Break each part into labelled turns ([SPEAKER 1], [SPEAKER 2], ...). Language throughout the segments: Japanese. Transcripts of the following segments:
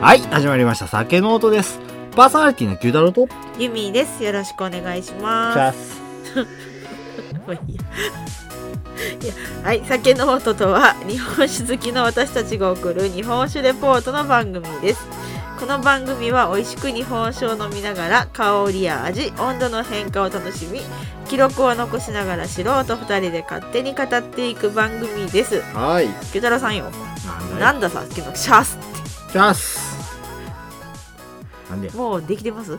[SPEAKER 1] はい、始まりました。酒の音です。パーソナリティの九太郎と。
[SPEAKER 2] ユミです。よろしくお願いしま
[SPEAKER 1] ャ
[SPEAKER 2] す。
[SPEAKER 1] ス。
[SPEAKER 2] もういいやいやはい、酒の音とは日本酒好きの私たちが送る日本酒レポートの番組です。この番組は美味しく日本酒を飲みながら香りや味、温度の変化を楽しみ、記録を残しながら素人2人で勝手に語っていく番組です。
[SPEAKER 1] はい。
[SPEAKER 2] 九太郎さんよ、
[SPEAKER 1] なんだ
[SPEAKER 2] な
[SPEAKER 1] よ。
[SPEAKER 2] んださっきのシャース
[SPEAKER 1] チャス。なんで
[SPEAKER 2] もうできてます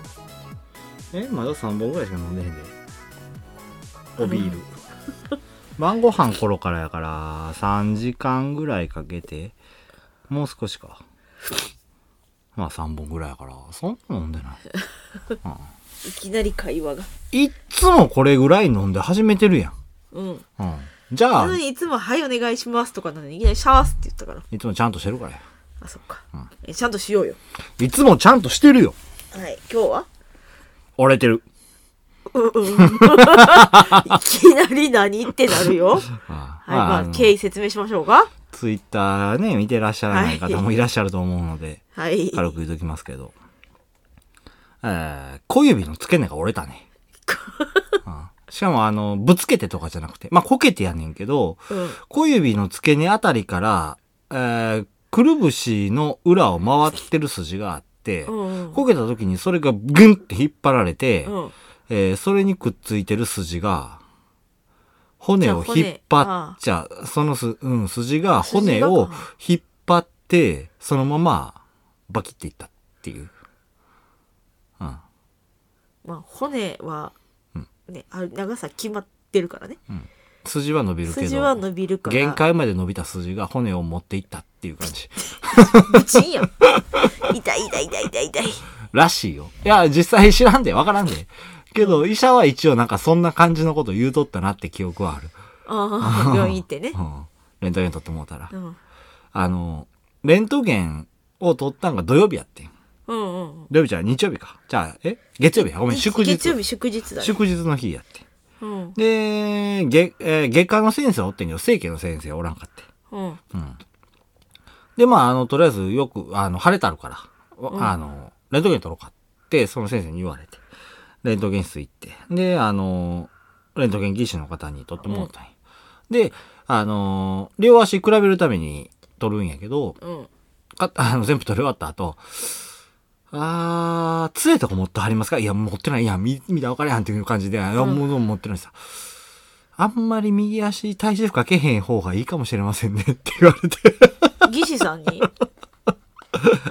[SPEAKER 1] え、まだ3本ぐらいしか飲んでへんで。おビール。晩ご飯頃からやから、3時間ぐらいかけて、もう少しか。まあ3本ぐらいやから、そんな飲んでない。
[SPEAKER 2] いきなり会話が。
[SPEAKER 1] いっつもこれぐらい飲んで始めてるやん。
[SPEAKER 2] うん。
[SPEAKER 1] うん。じゃあ
[SPEAKER 2] なの、にいつも「はいお願いします」とかなのにいきなり「シャース」って言ったから
[SPEAKER 1] いつもちゃんとしてるからや。
[SPEAKER 2] あそっか、えちゃんとしようよ
[SPEAKER 1] いつもちゃんとしてるよ。
[SPEAKER 2] はい今日は
[SPEAKER 1] 折れてる。
[SPEAKER 2] いきなり何ってな るよ
[SPEAKER 1] は
[SPEAKER 2] はいまあ経緯説明しましょうか
[SPEAKER 1] ツイッターね、見てらっしゃらない方もいらっしゃると思うので、
[SPEAKER 2] はい
[SPEAKER 1] 軽く言っときますけど。えー、小指の付け根が折れた ね。うんしかも、あの、ぶつけてとかじゃなくて、まあ、こけてやねんけど、
[SPEAKER 2] うん
[SPEAKER 1] 小指の付け根あたりから、えー、くるぶしの裏を回ってる筋があって、
[SPEAKER 2] うん
[SPEAKER 1] こけた時にそれがグンって引っ張られて、
[SPEAKER 2] うん
[SPEAKER 1] えーそれにくっついてる筋が、骨を引っ張っちゃ、そのす、うん、筋が骨を引っ張って、そのままバキっていったっていう。うん。
[SPEAKER 2] まあ骨は、ねある長さ決まってるからね
[SPEAKER 1] 筋は伸びるけど、
[SPEAKER 2] 筋は伸びるから
[SPEAKER 1] 限界まで伸びた筋が骨を持っていったっていう感じ。
[SPEAKER 2] ブチンやん痛い痛い痛い痛い痛い
[SPEAKER 1] らしいよ。いや、実際知らんで、わからんで。けど、医者は一応なんかそんな感じのこと言うとったなって記憶はある。
[SPEAKER 2] ああ病院行ってね
[SPEAKER 1] うん。レントゲン撮ってもうたら
[SPEAKER 2] う。ん
[SPEAKER 1] あの、レントゲンを取ったんが土曜日やってん。
[SPEAKER 2] うんうんうん
[SPEAKER 1] 土曜日じゃない日曜日か。じゃあ、え月曜日や。ごめん、祝日。
[SPEAKER 2] 月曜日祝日だね
[SPEAKER 1] 祝日の日やってん。
[SPEAKER 2] うん
[SPEAKER 1] で、月、えー月間の先生おってんけど、正規の先生おらんかってん。
[SPEAKER 2] うん
[SPEAKER 1] で、まあ、あの、とりあえずよく、あの、晴れたるから、わあの、レントゲン取ろうかって、その先生に言われて、レントゲン室行って、で、あの、レントゲン技師の方に取ってもらったんや。で、あの、両足比べるために取るんやけど、
[SPEAKER 2] うん
[SPEAKER 1] かあの、全部取り終わった後、あー、杖とか持ってはりますかいや、持ってない。いや、見、見たら分からへんっていう感じで、いや、もう持ってないさ。あんまり右足体重負荷かけへん方がいいかもしれませんねって言われて。
[SPEAKER 2] 技師さ んに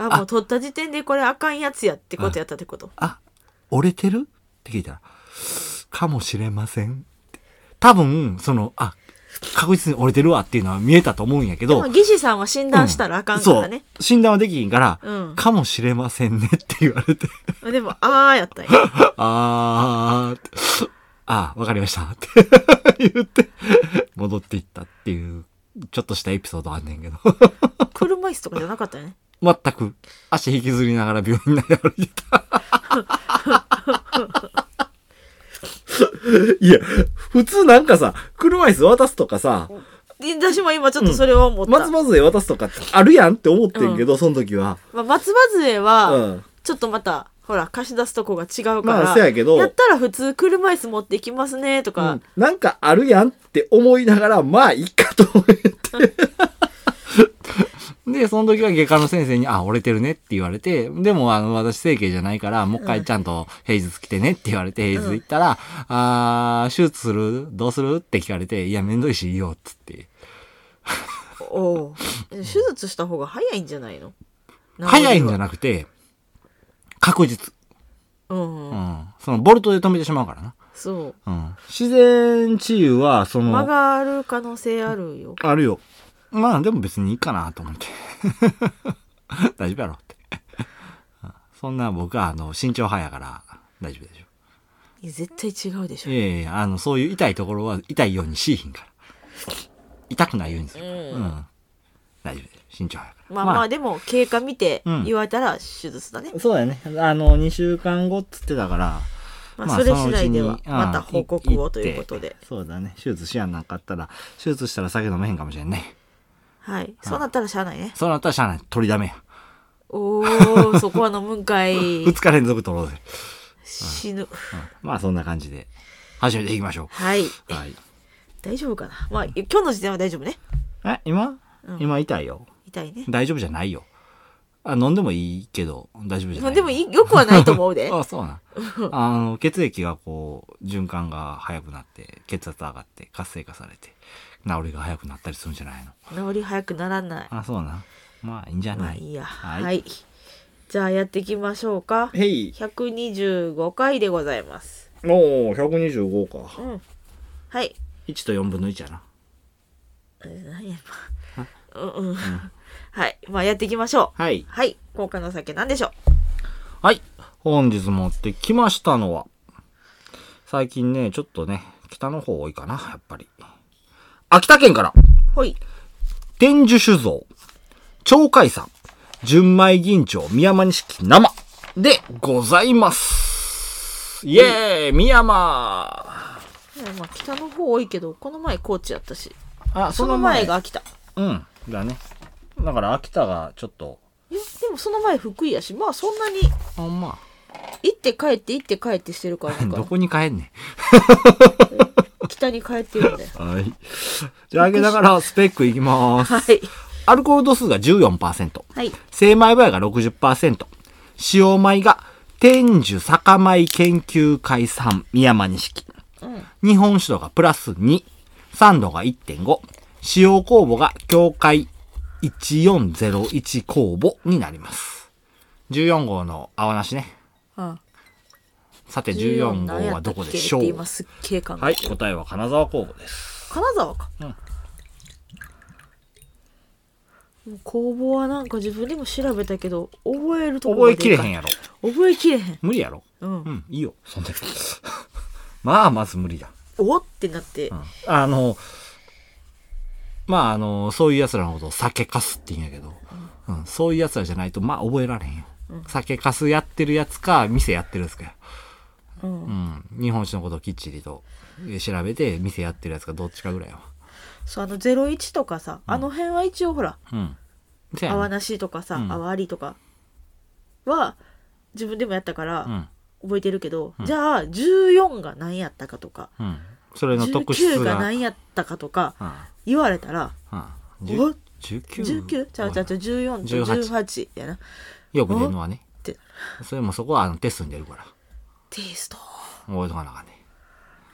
[SPEAKER 2] あもう取った時点でこれあかんやつやってことやったってこと
[SPEAKER 1] あ、折れてるって聞いたら、かもしれませんって。多分、その、あ、確実に折れてるわっていうのは見えたと思うんやけど
[SPEAKER 2] まあ、、技師さんは診断したらあかんからね、
[SPEAKER 1] そう、診断はできひんから、
[SPEAKER 2] うん
[SPEAKER 1] かもしれませんねって言われて、
[SPEAKER 2] でもああやった んや
[SPEAKER 1] あーって、あー、わかりましたって言って、戻っていったっていう、ちょっとしたエピソードあんねんけど、
[SPEAKER 2] 車椅子とかじゃなかったよね
[SPEAKER 1] 全く足引きずりながら病院内歩いてた。いや、普通なんかさ、車椅子渡すとかさ、
[SPEAKER 2] で私も今ちょっとそれを思った、
[SPEAKER 1] 松葉杖渡すとかあるやんって思ってんけど、その時は。
[SPEAKER 2] まあ、松葉杖
[SPEAKER 1] う
[SPEAKER 2] は
[SPEAKER 1] ん。
[SPEAKER 2] ちょっとまたほら貸し出すとこが違うから、
[SPEAKER 1] まあせやけど
[SPEAKER 2] ったら普通車椅子持っていきますねとか、
[SPEAKER 1] なんかあるやんって思いながら、まあ、いっかと思って。 で、その時は外科の先生に、あ、折れてるねって言われて、でも、あの、私整形じゃないから、もう一回ちゃんと平日来てねって言われて、平日行ったら、あー手術するどうするって聞かれて、いや、めんどいし、いいよ、っつって。
[SPEAKER 2] おう手術した方が早いんじゃないの
[SPEAKER 1] 早いんじゃ
[SPEAKER 2] ない
[SPEAKER 1] なくて、確実。
[SPEAKER 2] うん、
[SPEAKER 1] う
[SPEAKER 2] うん、
[SPEAKER 1] ん。その、ボルトで止めてしまうからな。
[SPEAKER 2] そう
[SPEAKER 1] うん。自然治癒は、その、
[SPEAKER 2] 間がある可能性あるよ
[SPEAKER 1] あるよ。まあでも別にいいかなと思って。 大丈夫やろって。 そんな僕はあの身長派やから大丈夫でしょ。
[SPEAKER 2] いや絶対違うでしょ
[SPEAKER 1] いやいや、あのそういう痛いところは痛いようにしいひんから。痛くないようにするから。
[SPEAKER 2] うん
[SPEAKER 1] うん。大丈夫でしょ。身長派やから。
[SPEAKER 2] まあまあでも経過見て
[SPEAKER 1] うん
[SPEAKER 2] 言われたら手術だね、
[SPEAKER 1] そうだよね。あの、2週間後っつってたから。
[SPEAKER 2] まあそれ次第で
[SPEAKER 1] う
[SPEAKER 2] は
[SPEAKER 1] ちに
[SPEAKER 2] また報告
[SPEAKER 1] う
[SPEAKER 2] を
[SPEAKER 1] ん
[SPEAKER 2] ということ
[SPEAKER 1] 行っ
[SPEAKER 2] で
[SPEAKER 1] てそうだね。手術しやんなんかあったら、手術したら酒飲めへんかもしれんね。
[SPEAKER 2] はいそうなったらしゃあないね
[SPEAKER 1] そうなったらしゃあない。取りだめや。
[SPEAKER 2] お ー、そこは飲むんかい。
[SPEAKER 1] 2日連続とろうぜ。
[SPEAKER 2] 死ぬ。
[SPEAKER 1] まあそんな感じで始めていきましょ
[SPEAKER 2] はい。
[SPEAKER 1] う。はい。
[SPEAKER 2] 大丈夫かなまあ、今日の時点は大丈夫ね。
[SPEAKER 1] え、今、
[SPEAKER 2] うん
[SPEAKER 1] 今痛いよ。
[SPEAKER 2] 痛いね。
[SPEAKER 1] 大丈夫じゃないよ。あ、飲んでもいいけど、大丈夫じゃな
[SPEAKER 2] まあ、
[SPEAKER 1] い。
[SPEAKER 2] でもいいよくはないと思う で。
[SPEAKER 1] あ、そうなん。あの、血液がこう、循環が速くなって、血圧上がって、活性化されて、治りが早くなったりするんじゃないの。
[SPEAKER 2] 治り早くならない。
[SPEAKER 1] あ、そうなん。まあいいんじゃ
[SPEAKER 2] ま
[SPEAKER 1] な
[SPEAKER 2] あ
[SPEAKER 1] い。
[SPEAKER 2] いいや。
[SPEAKER 1] は
[SPEAKER 2] はいい。じゃあやっていきましょうか。
[SPEAKER 1] へい。
[SPEAKER 2] 125回でございます。
[SPEAKER 1] おお、125か
[SPEAKER 2] う。ん。はい。
[SPEAKER 1] 1と4分の1やな。
[SPEAKER 2] え何や今うんうん。はい。まあやっていきましょう。
[SPEAKER 1] はい。
[SPEAKER 2] はい。高価なお酒なんでしょ
[SPEAKER 1] はい。本日持ってきましたのは、最近ね、ちょっとね、北の方多いかな、やっぱり。秋田県から、
[SPEAKER 2] うほい。
[SPEAKER 1] 天寿酒造、鳥海山、純米銀杏、宮間錦生でございます。イエーイ、宮間
[SPEAKER 2] いやまあ北の方多いけど、この前高知やったし。
[SPEAKER 1] あ、
[SPEAKER 2] その前。が秋田。
[SPEAKER 1] うん、だね。だから秋田がちょっと、
[SPEAKER 2] いや、でもその前福井やし、まあそんなに
[SPEAKER 1] あんま
[SPEAKER 2] 行って帰って行って帰ってしてるから
[SPEAKER 1] あ、
[SPEAKER 2] な ん
[SPEAKER 1] ど
[SPEAKER 2] か、
[SPEAKER 1] こに帰んねん。。
[SPEAKER 2] 北に帰ってるんだよ
[SPEAKER 1] はい。じゃあ、あげながらスペックいきます。
[SPEAKER 2] はい。
[SPEAKER 1] アルコール度数が14%。
[SPEAKER 2] はい。
[SPEAKER 1] 精米部合が60%。使用米が天寿酒米研究会産宮間錦。
[SPEAKER 2] うん。
[SPEAKER 1] 日本酒度がプラス2。酸度が1.5。使用酵母が境界1401酵母になります。14号の青梨ね。
[SPEAKER 2] あ
[SPEAKER 1] さて
[SPEAKER 2] あ
[SPEAKER 1] 14号はどこでしょ
[SPEAKER 2] 14
[SPEAKER 1] う
[SPEAKER 2] 何やったっけって今すっげえ考えて
[SPEAKER 1] はい、答えは金沢酵母です。
[SPEAKER 2] 金沢か、
[SPEAKER 1] うん
[SPEAKER 2] もう工房はなんか自分でも調べたけど覚えるとこ
[SPEAKER 1] 覚
[SPEAKER 2] ま
[SPEAKER 1] え
[SPEAKER 2] で
[SPEAKER 1] きれへん
[SPEAKER 2] や
[SPEAKER 1] やろ。
[SPEAKER 2] 覚えきれへん
[SPEAKER 1] 無理やろ。
[SPEAKER 2] うん、
[SPEAKER 1] うん、いいよ、そんな まあ、まず無理だ。
[SPEAKER 2] おってなって、
[SPEAKER 1] うんあの、まあ、あの、そういう奴らのことを酒かすって言うんやけど、うん、そういう奴らじゃないと、まあ、覚えられへんよ。酒かすやってるやつか、店やってるやつかよ。
[SPEAKER 2] うん
[SPEAKER 1] うん、日本酒のことをきっちりとえ調べて、店やってるやつかどっちかぐらいは。
[SPEAKER 2] そうあの01とかさ、あの辺は一応ほら
[SPEAKER 1] うん。せや
[SPEAKER 2] 泡
[SPEAKER 1] な。
[SPEAKER 2] なしとかさ、
[SPEAKER 1] うん
[SPEAKER 2] 泡ありとかは自分でもやったから、
[SPEAKER 1] うん。
[SPEAKER 2] 覚えてるけど、じゃあ14が何やったかとか
[SPEAKER 1] うん。それの特質
[SPEAKER 2] 19
[SPEAKER 1] が。
[SPEAKER 2] が何やったかとか
[SPEAKER 1] うん。
[SPEAKER 2] 言われたら
[SPEAKER 1] うん。
[SPEAKER 2] お
[SPEAKER 1] 10 19
[SPEAKER 2] 19? ちゃうちゃうちゃう14と
[SPEAKER 1] 18
[SPEAKER 2] 18やな
[SPEAKER 1] よく出るのはね。
[SPEAKER 2] って
[SPEAKER 1] それもそこはあのテストに出るから。
[SPEAKER 2] テイスト
[SPEAKER 1] 覚えとかなあかんね。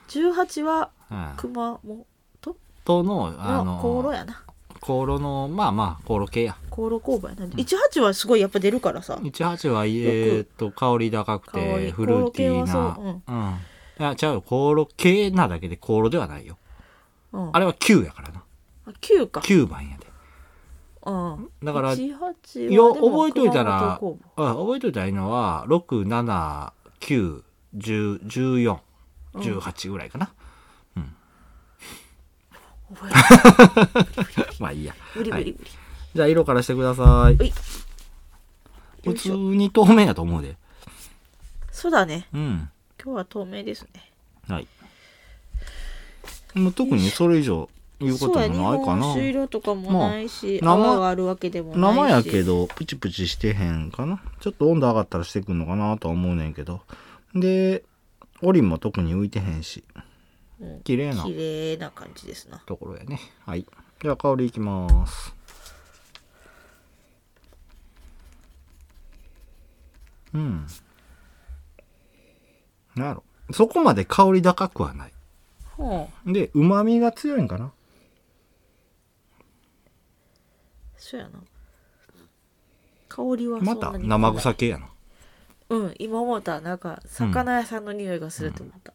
[SPEAKER 2] 18は
[SPEAKER 1] うん。
[SPEAKER 2] 熊本
[SPEAKER 1] との、あ
[SPEAKER 2] の
[SPEAKER 1] の、
[SPEAKER 2] 航路やな
[SPEAKER 1] 航路の、まあまあ、航路系や。
[SPEAKER 2] 航路工房やな18はすごいやっぱ出るからさ
[SPEAKER 1] 18は、えーっと、香り高く
[SPEAKER 2] 香
[SPEAKER 1] て、
[SPEAKER 2] り
[SPEAKER 1] フルーティーな。
[SPEAKER 2] 香り系
[SPEAKER 1] うん。いや、ちゃうよ、香炉系なだけで香炉ではないよ。
[SPEAKER 2] うん
[SPEAKER 1] あれは9やからな。
[SPEAKER 2] 9か
[SPEAKER 1] 9番やで。
[SPEAKER 2] うん
[SPEAKER 1] だから、い
[SPEAKER 2] 18はで
[SPEAKER 1] や、
[SPEAKER 2] も
[SPEAKER 1] 覚えといたら、
[SPEAKER 2] 熊本工
[SPEAKER 1] あ覚えといたらいいのは、6、7、9、10、14、18ぐらいかな。
[SPEAKER 2] 房覚え
[SPEAKER 1] まあいいや。
[SPEAKER 2] 無理無理無理
[SPEAKER 1] じゃあ、色からしてください。
[SPEAKER 2] ほい
[SPEAKER 1] 普通に透明やと思うで。
[SPEAKER 2] そうだね
[SPEAKER 1] うん。
[SPEAKER 2] 今日は透明ですね
[SPEAKER 1] はい。もう特にそれ以上言うこ
[SPEAKER 2] そう
[SPEAKER 1] と
[SPEAKER 2] や日
[SPEAKER 1] もないか
[SPEAKER 2] 本
[SPEAKER 1] な。
[SPEAKER 2] 酒色とかもないし
[SPEAKER 1] まあ生
[SPEAKER 2] 泡があるわけでもないし
[SPEAKER 1] 生やけど、プチプチしてへんかな。ちょっと温度上がったらしてくんのかなとは思うねんけど。で、オリンも特に浮いてへんし、
[SPEAKER 2] うん
[SPEAKER 1] 綺麗な
[SPEAKER 2] 綺麗な感じですな
[SPEAKER 1] ところやね。はい。では香りいきます。うん。なんやろ。そこまで香り高くはない。
[SPEAKER 2] ほう
[SPEAKER 1] で、旨味が強いんかな。
[SPEAKER 2] そうやな香りはそんな
[SPEAKER 1] ま
[SPEAKER 2] に
[SPEAKER 1] た生臭系やな。
[SPEAKER 2] うん今思ったなんか魚屋さんの匂いがすると思った、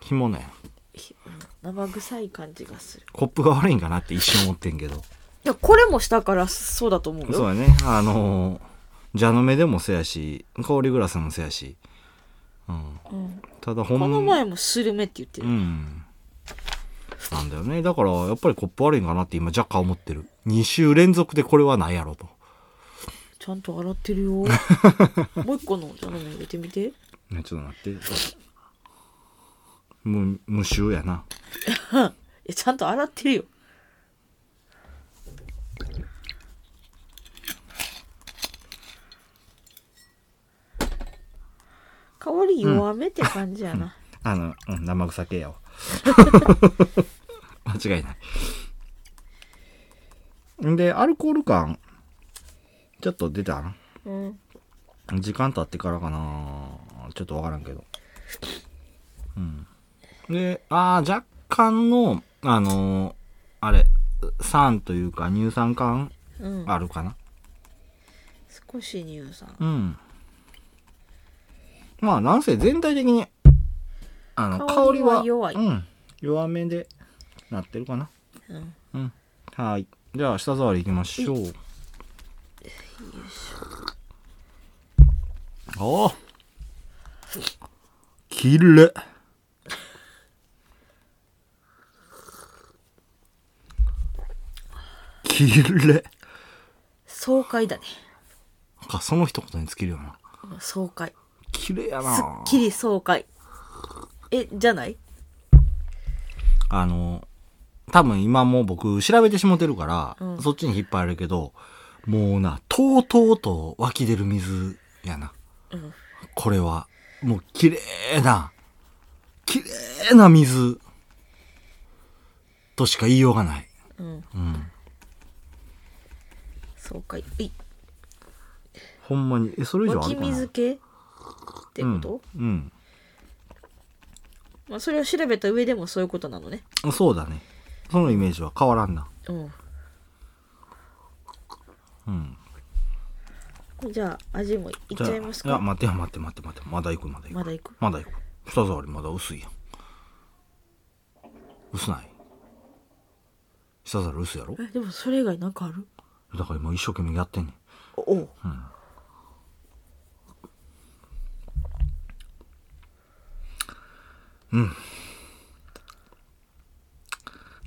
[SPEAKER 1] 干物やな。
[SPEAKER 2] ひうん生臭い感じがする
[SPEAKER 1] コップが悪いんかなって一瞬思ってん けど。
[SPEAKER 2] いやこれもしたからそうだと思う
[SPEAKER 1] そうや
[SPEAKER 2] よ
[SPEAKER 1] ね。あのー、蛇の目でもそうやし、香りグラスもそうやし。うん。
[SPEAKER 2] うん
[SPEAKER 1] ただほん
[SPEAKER 2] この前もスルメって言って
[SPEAKER 1] う
[SPEAKER 2] る、
[SPEAKER 1] ん。なんだよね。だから、やっぱりコップ悪いんかなって今若干思ってる。2週連続でこれはないやろと。
[SPEAKER 2] ちゃんと洗って るよもう一個のジャム入れてみて
[SPEAKER 1] ね、ちょっと待って。無、無臭やな。
[SPEAKER 2] いやちゃんと洗ってるよ香り弱めって感じやな。
[SPEAKER 1] あの、うん、生臭系やわ。 間違いない。んで、アルコール感、ちょっと出たな
[SPEAKER 2] うん。
[SPEAKER 1] 時間経ってからかなちょっとわからんけど。うん。で、あー若干の、あのーあれ、酸というか乳酸感
[SPEAKER 2] うん。
[SPEAKER 1] あるかな。
[SPEAKER 2] 少し乳酸。
[SPEAKER 1] うん。まあ、なんせ全体的に、あの、
[SPEAKER 2] 香
[SPEAKER 1] 香
[SPEAKER 2] り
[SPEAKER 1] り
[SPEAKER 2] は
[SPEAKER 1] は、
[SPEAKER 2] 弱い
[SPEAKER 1] うん。弱めでなってるかな。
[SPEAKER 2] うん。
[SPEAKER 1] うん。はい。じゃあ、舌触りいきましょう。おおきれきれ
[SPEAKER 2] 爽快だね。
[SPEAKER 1] か、その一言に尽きるよな。
[SPEAKER 2] うん爽快。
[SPEAKER 1] きれやな
[SPEAKER 2] すっきり爽快。え、じゃない
[SPEAKER 1] あの、多分今もう僕調べてしもてるから、
[SPEAKER 2] うん
[SPEAKER 1] そっちに引っ張られるけど、もうな、とうとうと湧き出る水やな。
[SPEAKER 2] うん
[SPEAKER 1] これは、もう綺麗な、綺麗な水としか言いようがない。
[SPEAKER 2] うん。
[SPEAKER 1] うん。
[SPEAKER 2] 爽快。えい。
[SPEAKER 1] ほんまに、え、それ以上
[SPEAKER 2] 湧
[SPEAKER 1] あ
[SPEAKER 2] き
[SPEAKER 1] るかな
[SPEAKER 2] 水系ってこと、
[SPEAKER 1] うん、
[SPEAKER 2] まあ、それを調べた上でもそういうことなのね。
[SPEAKER 1] うん。そうだね。そのイメージは変わらんな。
[SPEAKER 2] うん。
[SPEAKER 1] うん。
[SPEAKER 2] じゃあ、味もいっちゃいます
[SPEAKER 1] じゃあ
[SPEAKER 2] か
[SPEAKER 1] いや、待てよ、待って、待って、待って。まだ行く、まだ行く。
[SPEAKER 2] まだいく。
[SPEAKER 1] まだ行く。舌触りまだ薄いやん。薄ない舌触り薄いやろ
[SPEAKER 2] え、でもそれ以外なんかある
[SPEAKER 1] だから今一生懸命やってんねん。
[SPEAKER 2] おおう。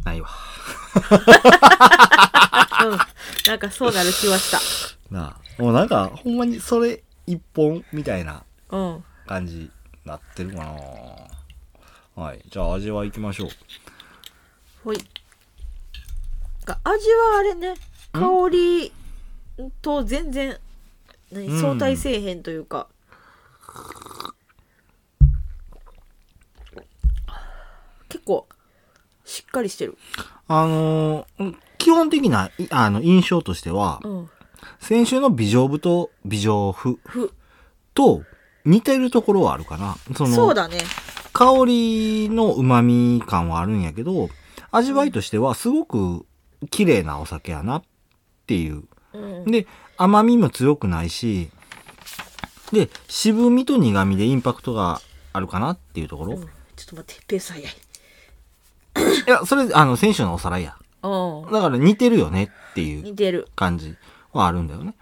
[SPEAKER 1] ないわ。
[SPEAKER 2] うん。なんかそうなる気はし
[SPEAKER 1] なあ。もうなんか、ほんまにそれ一本みたいな
[SPEAKER 2] た。うん。
[SPEAKER 1] 感じになってるかなはい。じゃあ味は行きましょう。
[SPEAKER 2] ほい。が味はあれね、香りと全然、
[SPEAKER 1] う
[SPEAKER 2] 何
[SPEAKER 1] ん
[SPEAKER 2] 相対せえへんというか。結構、しっかりしてる。
[SPEAKER 1] あのー基本的な、いあの、印象としては、
[SPEAKER 2] うん。
[SPEAKER 1] 先週の美女部と美女婦
[SPEAKER 2] ふ、
[SPEAKER 1] と似てるところはあるかな。その、
[SPEAKER 2] そうだね。
[SPEAKER 1] 香りの旨味感はあるんやけど、味わいとしてはすごく綺麗なお酒やなっていう。
[SPEAKER 2] うん。
[SPEAKER 1] で、甘みも強くないし、で、渋みと苦みでインパクトがあるかなっていうところ。
[SPEAKER 2] うん
[SPEAKER 1] い
[SPEAKER 2] ちょっと待って、ペース早い。
[SPEAKER 1] や、それ、あの、先週のおさらいや。
[SPEAKER 2] う
[SPEAKER 1] だから似てるよねってい
[SPEAKER 2] ん。
[SPEAKER 1] う
[SPEAKER 2] 似てる。
[SPEAKER 1] 感じはあるんだよね。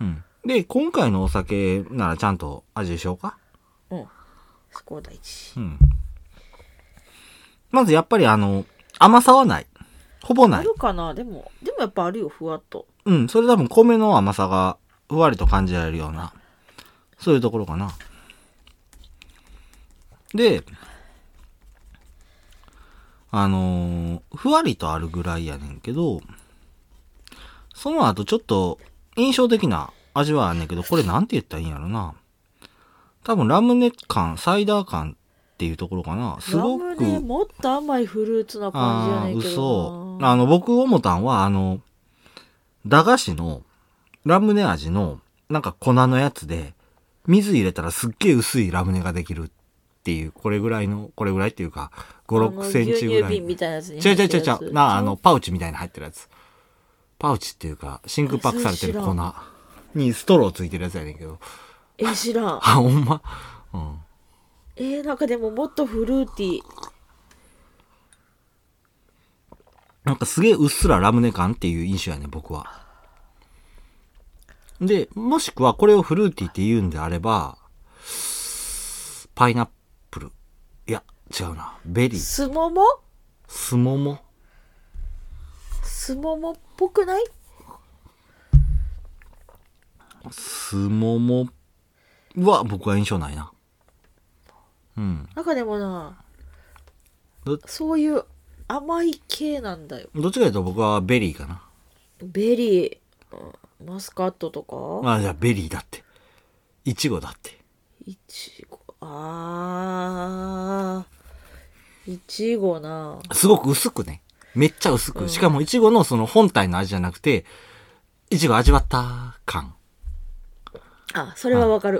[SPEAKER 1] うん。で、今回のお酒ならちゃんと味しようか。
[SPEAKER 2] うん。そこ大事
[SPEAKER 1] う。ん。まずやっぱりあの、甘さはない。ほぼな
[SPEAKER 2] あ
[SPEAKER 1] い。
[SPEAKER 2] るかなでも、でもやっぱあるよ、ふわっと。
[SPEAKER 1] うん、それ多分米の甘さがふわりと感じられるような、そういうところかな。で、あのーふわりとあるぐらいやねんけど、その後ちょっと印象的な味はあんねんけど、これなんて言ったらいいんやろな。多分ラムネ感、サイダー感っていうところかな。す
[SPEAKER 2] ラ
[SPEAKER 1] ご
[SPEAKER 2] ム
[SPEAKER 1] く。
[SPEAKER 2] ネもっと甘いフルーツな感じや
[SPEAKER 1] ああ
[SPEAKER 2] ね
[SPEAKER 1] ー、
[SPEAKER 2] んけど
[SPEAKER 1] 嘘。
[SPEAKER 2] な。
[SPEAKER 1] あの、僕思ったんは、あの、駄菓子のラムネ味の、なんか粉のやつで、水入れたらすっげえ薄いラムネができるっていう、これぐらいの、これぐらいっていうか、5、6センチぐ
[SPEAKER 2] あの
[SPEAKER 1] ら
[SPEAKER 2] 牛乳
[SPEAKER 1] い。
[SPEAKER 2] 瓶みたいなやつに
[SPEAKER 1] ちゃ
[SPEAKER 2] 入
[SPEAKER 1] うちゃ
[SPEAKER 2] って
[SPEAKER 1] う
[SPEAKER 2] る
[SPEAKER 1] ちゃう
[SPEAKER 2] やつ。
[SPEAKER 1] ちゃう。な、あの、パウチみたいに入ってるやつ。パウチっていうか、真空パックされてる
[SPEAKER 2] それ
[SPEAKER 1] 粉
[SPEAKER 2] 知ら
[SPEAKER 1] にストローついてるやつやねんけど。
[SPEAKER 2] え、知らん。
[SPEAKER 1] あ、ほんま。うん。
[SPEAKER 2] えー、なんかでももっとフルーティー。
[SPEAKER 1] なんかすげえうっすらラムネ感っていう印象やね、僕は。で、もしくはこれをフルーティーって言うんであれば、パイナップル。いや、違うな。ベリー。
[SPEAKER 2] すもも
[SPEAKER 1] スモモ。
[SPEAKER 2] すももっぽくない
[SPEAKER 1] スモモは僕は印象ないな。うん。
[SPEAKER 2] なんかでもな
[SPEAKER 1] ど、
[SPEAKER 2] そういう甘い系なんだよ。
[SPEAKER 1] どっちかというと僕はベリーかな。
[SPEAKER 2] ベリー、うんマスカットとか、
[SPEAKER 1] あ、じゃあベリーだって。イチゴだって。
[SPEAKER 2] いちご、あーいちごな
[SPEAKER 1] すごく薄くね。めっちゃ薄
[SPEAKER 2] うん
[SPEAKER 1] く。しかも、いちごのその本体の味じゃなくて、いちご味わった感。
[SPEAKER 2] あそれはわかる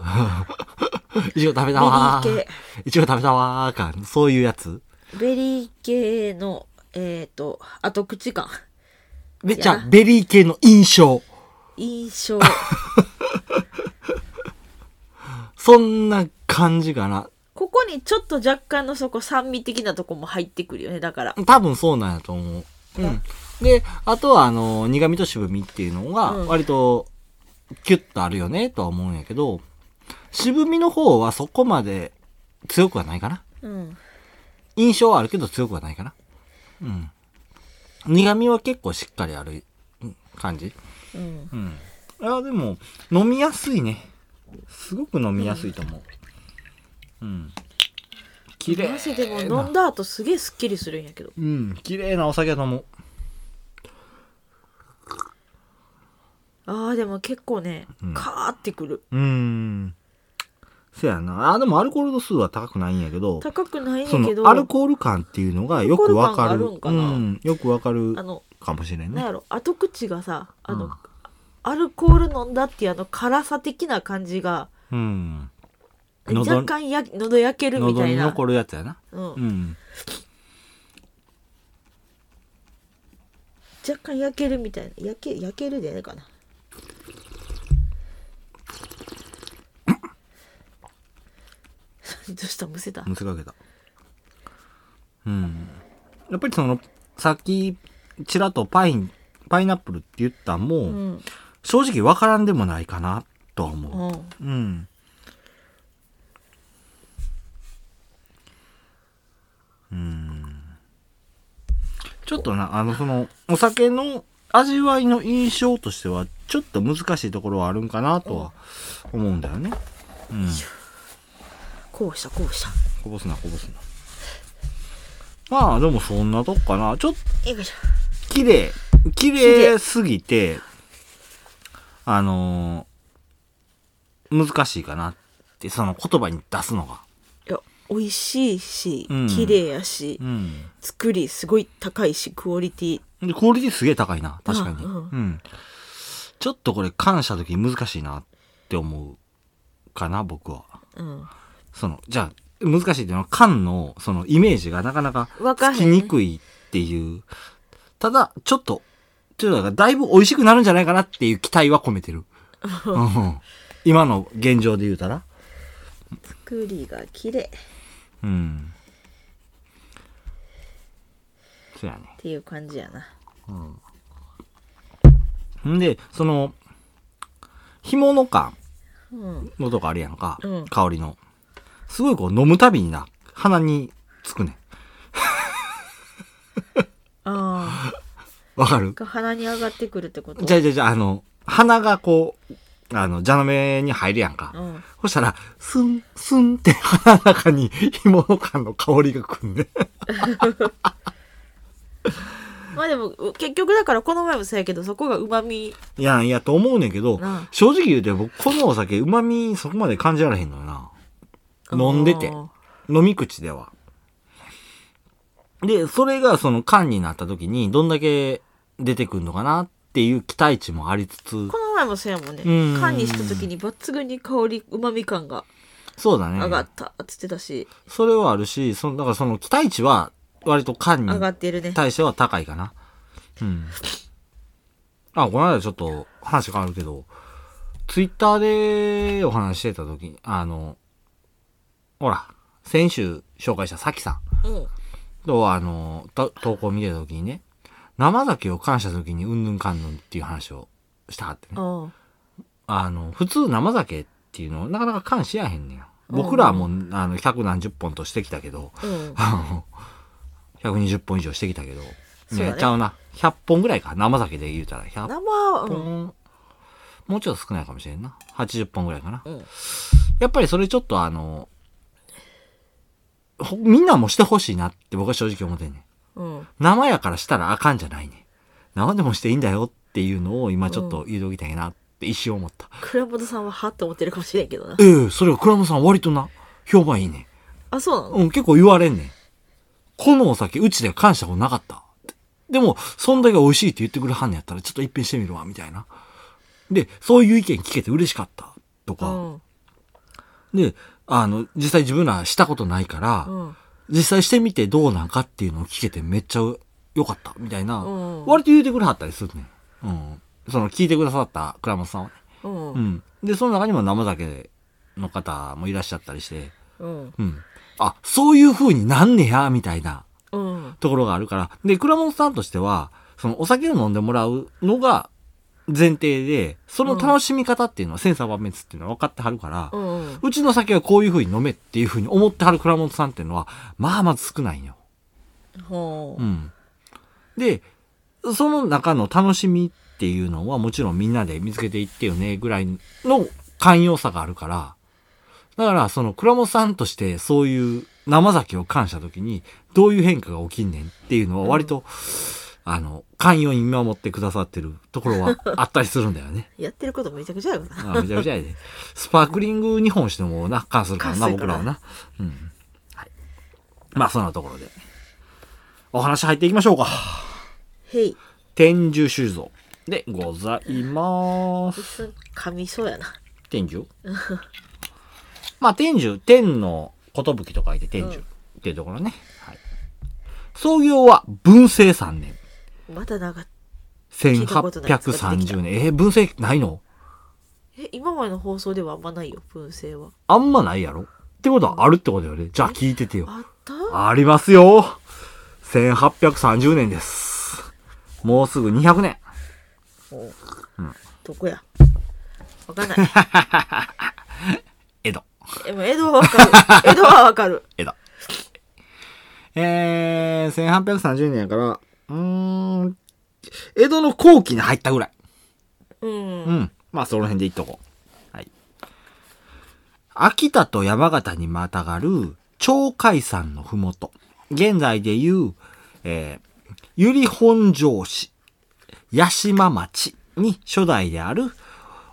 [SPEAKER 1] いちご食べたわ
[SPEAKER 2] ベリー
[SPEAKER 1] ー。いちご食べたわー感。そういうやつ。
[SPEAKER 2] ベリー系のえっ、ー、と後口感
[SPEAKER 1] めっち
[SPEAKER 2] いや
[SPEAKER 1] ゃベリー系の印象。
[SPEAKER 2] 印 象
[SPEAKER 1] そんな感じかな。
[SPEAKER 2] ここにちょっと若干のそこ酸味的なとこも入ってくるよねだから
[SPEAKER 1] 多分そうなんやと思う。うん。で、あとは、あの、苦味と渋みっていうのが
[SPEAKER 2] うん、
[SPEAKER 1] 割と、キュッとあるよね、とは思うんやけど、渋みの方はそこまで強くはないかな。
[SPEAKER 2] うん
[SPEAKER 1] 印象はあるけど強くはないかな。うん。苦味は結構しっかりあるうん感じ。
[SPEAKER 2] うん
[SPEAKER 1] うん。いや、でも、飲みやすいね。すごく飲みやすいと思う。うん。綺麗な。
[SPEAKER 2] 汗でも飲んだ後すげえすっきりするんやけど
[SPEAKER 1] うん、綺麗なお酒だと思う。
[SPEAKER 2] あーでも結構ね、
[SPEAKER 1] うん
[SPEAKER 2] カーってくる
[SPEAKER 1] うーん。せやな。あ、でもアルコール度数は高くないんやけど、
[SPEAKER 2] 高くないん
[SPEAKER 1] そ
[SPEAKER 2] やけど
[SPEAKER 1] のアルコール感っていうのがよくわか
[SPEAKER 2] アル
[SPEAKER 1] る。
[SPEAKER 2] コール感があるんかな
[SPEAKER 1] うん、よくわかる
[SPEAKER 2] あの
[SPEAKER 1] かもしれん
[SPEAKER 2] なん
[SPEAKER 1] ね。
[SPEAKER 2] やろ後口がさあの、
[SPEAKER 1] うん
[SPEAKER 2] アルコール飲んだっていうあの辛さ的な感じが
[SPEAKER 1] うん。喉
[SPEAKER 2] 若干や喉焼けるみ
[SPEAKER 1] 喉
[SPEAKER 2] たい
[SPEAKER 1] に
[SPEAKER 2] な、
[SPEAKER 1] 残るやつやな。
[SPEAKER 2] うん
[SPEAKER 1] う、ん。
[SPEAKER 2] 若干焼けるみたいな焼け焼けるでねえかな どうしたむせた
[SPEAKER 1] 見せかけた。うん。やっぱりその、さっき、ちらっとパイン、パイナップルって言ったんも、
[SPEAKER 2] うん
[SPEAKER 1] 正直わからんでもないかな、とは思う。
[SPEAKER 2] うん
[SPEAKER 1] うん。うん。ちょっとな、あの、その、お酒の味わいの印象としては、ちょっと難しいところはあるんかなとは思うんだよね。うん。
[SPEAKER 2] こうしたこうした
[SPEAKER 1] こぼすな、こぼすな。まあ、でもそんなとこかな。ちょっと
[SPEAKER 2] よいしょ
[SPEAKER 1] 綺麗。綺麗すぎて、あのー難しいかなって、その言葉に出すのが。
[SPEAKER 2] いや美味しいし
[SPEAKER 1] うん
[SPEAKER 2] 綺麗やし、
[SPEAKER 1] うん。
[SPEAKER 2] 作りすごい高いしクオリティ
[SPEAKER 1] で、クオリティすげえ高いな。確かに。
[SPEAKER 2] う
[SPEAKER 1] うんん
[SPEAKER 2] うん。
[SPEAKER 1] ちょっとこれ感謝時難しいなって思うかな、僕は。
[SPEAKER 2] うん
[SPEAKER 1] その、じゃあ、難しいっていうのは、缶の、その、イメージがなかなか、
[SPEAKER 2] わか
[SPEAKER 1] つ
[SPEAKER 2] んへ
[SPEAKER 1] き
[SPEAKER 2] んね
[SPEAKER 1] にくいっていう。ただ、ちょっと、ちょっとだから、だいぶ美味しくなるんじゃないかなっていう期待は込めてる。うん今の現状で言うたら。
[SPEAKER 2] 作りが綺麗
[SPEAKER 1] うん。そうやね。
[SPEAKER 2] っていう感じやな。
[SPEAKER 1] んで、その、干物感
[SPEAKER 2] うん。
[SPEAKER 1] のとかあるやんか、
[SPEAKER 2] うん
[SPEAKER 1] 香りの。すごいこう飲むたびにな、鼻につくねん。
[SPEAKER 2] あ
[SPEAKER 1] わかる
[SPEAKER 2] あ。鼻に上がってくるってこと
[SPEAKER 1] じゃあじゃあじゃあ、あの、鼻がこう、あの、蛇の目に入るやんか。
[SPEAKER 2] うん。
[SPEAKER 1] そしたら、スン、スンって 鼻の中に紐の感の香りがくん ね。
[SPEAKER 2] まあでも、う結局だからこの前もそうやけど、そこが旨味
[SPEAKER 1] いや、いや、と思うねんけど
[SPEAKER 2] なあ、
[SPEAKER 1] 正直言うて僕、このお酒、旨味そこまで感じられへんのよな。飲んでて
[SPEAKER 2] あ。ー
[SPEAKER 1] 飲み口では。で、それがその缶になった時に、どんだけ出てくるのかなっていう期待値もありつつ
[SPEAKER 2] こ、の前もそうやもんね
[SPEAKER 1] う。ん
[SPEAKER 2] 缶にした時に抜群に香り、旨味感が
[SPEAKER 1] そうだね。
[SPEAKER 2] 上がったって言ってたし、
[SPEAKER 1] それはあるし、その、だからその期待値は、割と缶に
[SPEAKER 2] 上がってるね。
[SPEAKER 1] 対しては高いかな。うん。あ、この間ちょっと話変わるけど、ツイッターでお話ししてた時に、あの、ほら、先週紹介したさきさん
[SPEAKER 2] うん。
[SPEAKER 1] と、あの、と投稿見てた時にね、生酒を感謝時にうんぬんかんぬんっていう話をしたはってね。
[SPEAKER 2] あ
[SPEAKER 1] あの、普通生酒っていうのをなかなか感しやへんねんよ。僕らはもう、あの、百何十本としてきたけど、
[SPEAKER 2] あ。うん。
[SPEAKER 1] あの、120本以上してきたけど、
[SPEAKER 2] そうだね
[SPEAKER 1] ね、ちゃうな。100本ぐらいか。生酒で言うたら100
[SPEAKER 2] 生は、うん。
[SPEAKER 1] 本。もうちょっと少ないかもしれんな。80本ぐらいかな。
[SPEAKER 2] うん
[SPEAKER 1] やっぱりそれちょっとあの、ほみんなもしてほしいなって僕は正直思ってんねん。
[SPEAKER 2] うん。
[SPEAKER 1] 生やからしたらあかんじゃないねん。生でもしていいんだよっていうのを今ちょっと言うときたいなって一瞬思った。
[SPEAKER 2] 倉本さんははって思ってるかもしれんけどな。
[SPEAKER 1] ええそれが倉本さん割とな、評判いいね。
[SPEAKER 2] あ、そうなの
[SPEAKER 1] うん、結構言われんねん。このお酒、うちでは感したことなかった。でも、そんだけ美味しいって言ってくれはんねやったら、ちょっと一変してみるわ、みたいな。で、そういう意見聞けて嬉しかった、と
[SPEAKER 2] う
[SPEAKER 1] か。
[SPEAKER 2] ん。
[SPEAKER 1] で、あの、実際自分らしたことないから、
[SPEAKER 2] うん。
[SPEAKER 1] 実際してみてどうなんかっていうのを聞けてめっちゃ良かった、みたいな、
[SPEAKER 2] うん
[SPEAKER 1] 割と言うてくれはったりするね。うん。その、聞いてくださった倉本さんはね。
[SPEAKER 2] うん。う。
[SPEAKER 1] うんん。で、その中にも生酒の方もいらっしゃったりして、
[SPEAKER 2] うん。
[SPEAKER 1] うん。あ、そういう風になんねや、みたいな
[SPEAKER 2] うん。
[SPEAKER 1] ところがあるから。で、倉本さんとしては、そのお酒を飲んでもらうのが前提で、その楽しみ方っていうのは、千差万別っていうのは分かってはるから、
[SPEAKER 2] う。
[SPEAKER 1] うんちの酒はこういう風に飲めっていう風に思ってはる倉本さんっていうのは、まあまず少ないんよ。
[SPEAKER 2] ほ
[SPEAKER 1] う
[SPEAKER 2] う。。
[SPEAKER 1] ん。で、その中の楽しみっていうのはもちろんみんなで見つけていってよねぐらいの寛容さがあるから、だからその倉本さんとしてそういう生酒を感した時にどういう変化が起きんねんっていうのは割と、あの、寛容に見守ってくださってるところはあったりするんだよね
[SPEAKER 2] やってることめちゃくちゃやよな。
[SPEAKER 1] あめちゃめちゃやで。スパークリング日本酒でもな、感するからな、
[SPEAKER 2] 感する
[SPEAKER 1] 僕
[SPEAKER 2] から
[SPEAKER 1] らはな。うん。はい。まあそんなところで。お話入っていきましょうか。
[SPEAKER 2] へい。
[SPEAKER 1] 天獣酒造でございます。
[SPEAKER 2] 噛みそうやな。
[SPEAKER 1] 天獣まあ天獣、天の寿と書いて天獣っていうところね。はい、創業は文政3年、
[SPEAKER 2] まだ長っいたことないやつが出てきた
[SPEAKER 1] 1830年。えー文政ないの
[SPEAKER 2] え、今までの放送ではあんまないよ、燻製は。
[SPEAKER 1] あんまないやろってことはあるってことよね。じゃあ聞いててよ。
[SPEAKER 2] あった
[SPEAKER 1] ありますよ !1830 年です。もうすぐ200年。
[SPEAKER 2] おうどこやわかんない。
[SPEAKER 1] 江戸。
[SPEAKER 2] でも江戸はわ かる。江戸はわかる。
[SPEAKER 1] 枝。えー、1830年やから、うーん、江戸の後期に入ったぐらい。
[SPEAKER 2] うん。
[SPEAKER 1] う
[SPEAKER 2] うん
[SPEAKER 1] ん。まあ、その辺でいっとこう。はい。秋田と山形にまたがる、鳥海山のふもと。現在でいう、えー、由利本荘市、八島町に初代である、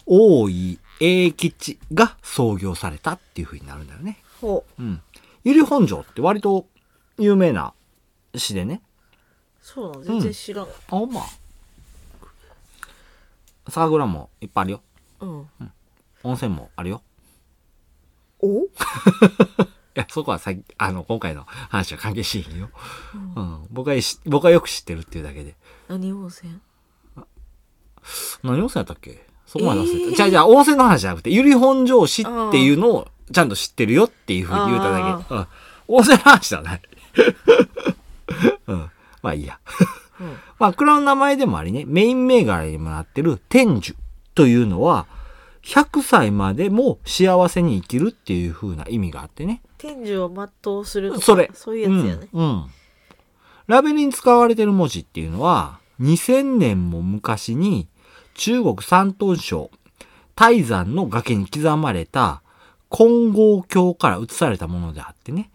[SPEAKER 1] 大井英吉が創業されたっていう風になるんだよね。
[SPEAKER 2] ほう。
[SPEAKER 1] うん。由利本荘って割と有名な市でね。
[SPEAKER 2] そうなの全然知らん。
[SPEAKER 1] あ、ほんま。酒蔵もいっぱいあるよ。
[SPEAKER 2] うん。
[SPEAKER 1] 温泉もあるよ。
[SPEAKER 2] お
[SPEAKER 1] いや、そこはさあの、今回の話は関係しへんよ。うん。僕はし、僕はよく知ってるっていうだけで。
[SPEAKER 2] 何温泉
[SPEAKER 1] 何温泉やったっけそこまで忘れた。
[SPEAKER 2] えー
[SPEAKER 1] じゃあじゃあ温泉の話じゃなくて、由利本荘市っていうのをちゃんと知ってるよっていうふうに言うただけ。うん。温泉の話じゃない。 うん。まあいいや。
[SPEAKER 2] うん。
[SPEAKER 1] まあ、蔵の名前でもありね、メイン銘柄にもなってる天寿というのは、100歳までも幸せに生きるっていう風な意味があってね。
[SPEAKER 2] 天寿を全うするとか
[SPEAKER 1] それ。
[SPEAKER 2] そういうやつやね。
[SPEAKER 1] うん。うんラベルに使われてる文字っていうのは、2000年も昔に中国山東省泰山の崖に刻まれた金剛鏡から移されたものであってね。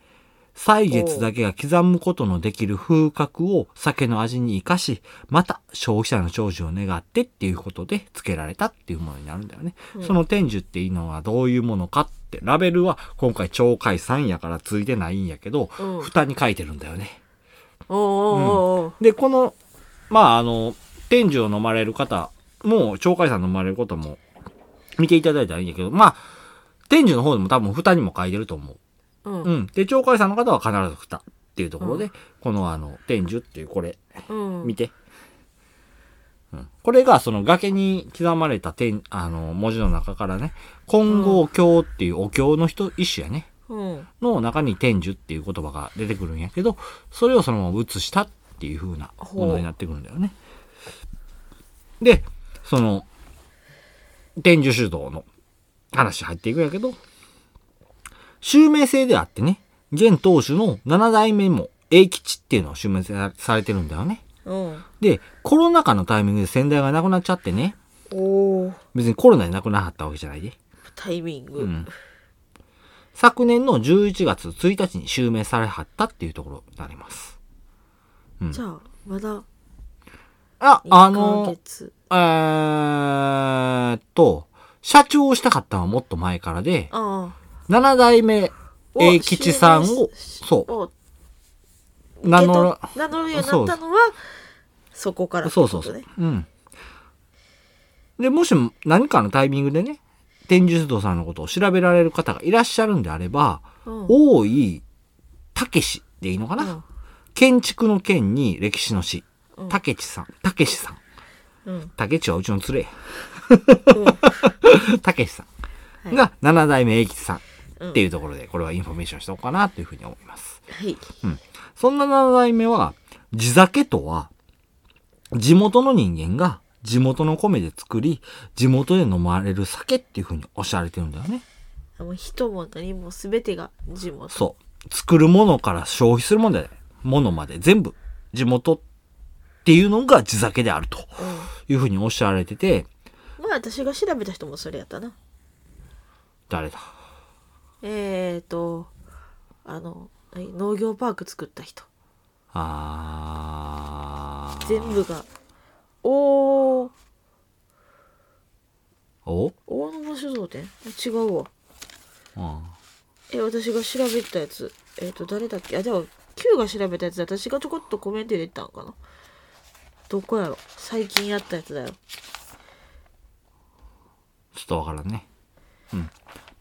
[SPEAKER 1] 歳月だけが刻むことのできる風格を酒の味に生かし、また消費者の長寿を願ってっていうことで付けられたっていうものになるんだよね。
[SPEAKER 2] うん
[SPEAKER 1] その天寿っていうのはどういうものかって、ラベルは今回鳥海山やからついてないんやけど、
[SPEAKER 2] うん。おう
[SPEAKER 1] 蓋に書いてるんだよね。
[SPEAKER 2] おうおうおう
[SPEAKER 1] で、この、まああの、天寿を飲まれる方も、鳥海山飲まれることも見ていただいたらいいんやけど、まあ、天寿の方でも多分蓋にも書いてると思う。
[SPEAKER 2] うん。
[SPEAKER 1] うん。で、鳥海山の方は必ず蓋っていうところで、このあの、天寿っていうこれ、
[SPEAKER 2] うん。
[SPEAKER 1] 見て。うん、これがその崖に刻まれた天、あの、文字の中からね、金剛経っていうお経の人、一種やね、
[SPEAKER 2] うん。
[SPEAKER 1] の中に天寿っていう言葉が出てくるんやけど、それをそのまま写したっていう風なものになってくるんだよね。で、その、天寿主導の話入っていくんやけど、襲名制であってね、現当主の7代目も永吉っていうのを襲名されてるんだよね。
[SPEAKER 2] うん。
[SPEAKER 1] で、コロナ禍のタイミングで先代がなくなっちゃってね、
[SPEAKER 2] おお。
[SPEAKER 1] 別にコロナでなくなかったわけじゃないで。
[SPEAKER 2] タイミング。
[SPEAKER 1] うん昨年の11月1日に襲名されはったっていうところになります。うん
[SPEAKER 2] じゃあ、まだ
[SPEAKER 1] あ、あ
[SPEAKER 2] 1ヶ
[SPEAKER 1] の、
[SPEAKER 2] 月。
[SPEAKER 1] えーっと、社長をしたかったのはもっと前からで、
[SPEAKER 2] あ
[SPEAKER 1] 7代目
[SPEAKER 2] を
[SPEAKER 1] 英吉さんを、そう、
[SPEAKER 2] を
[SPEAKER 1] 名乗ら
[SPEAKER 2] 受け取名乗るようになったのはそこからって
[SPEAKER 1] そ
[SPEAKER 2] こ
[SPEAKER 1] うそ
[SPEAKER 2] と
[SPEAKER 1] うそう
[SPEAKER 2] ね。
[SPEAKER 1] うん。で、もしも何かのタイミングでね、天寿堂さんのことを調べられる方がいらっしゃるんであれば、
[SPEAKER 2] うん
[SPEAKER 1] 大井武志でいいのかな、
[SPEAKER 2] うん
[SPEAKER 1] 建築の建に歴史の史
[SPEAKER 2] うん。
[SPEAKER 1] 武志さん、武志さん。
[SPEAKER 2] うん
[SPEAKER 1] 武志はうちの連れや。
[SPEAKER 2] うん
[SPEAKER 1] 武志さ
[SPEAKER 2] は
[SPEAKER 1] ん
[SPEAKER 2] い
[SPEAKER 1] が七代目英吉さんっていううところで、これはインフォメーションしておこうかなというふうに思います。
[SPEAKER 2] んはい
[SPEAKER 1] うん。そんな七代目は、地酒とは、地元の人間が地元の米で作り、地元で飲まれる酒っていうふうにおっしゃられてるんだよね。
[SPEAKER 2] もう人も何も全てが地元
[SPEAKER 1] そう。作るものから消費するもので、ものまで全部地元っていうのが地酒であるというふうにおっしゃられてて、
[SPEAKER 2] まあ私が調べた人もそれやったな
[SPEAKER 1] 誰だ
[SPEAKER 2] えーとあの何農業パーク作った人
[SPEAKER 1] あー。
[SPEAKER 2] 全部がお
[SPEAKER 1] お
[SPEAKER 2] 大野酒造店あ違うわ
[SPEAKER 1] うん。
[SPEAKER 2] え私が調べたやつえっ、と誰だっけあでも Q が調べたやつで私がちょこっとコメント入れてたんかなどこやろ最近やったやつだよ
[SPEAKER 1] ちょっとわからんね。うん。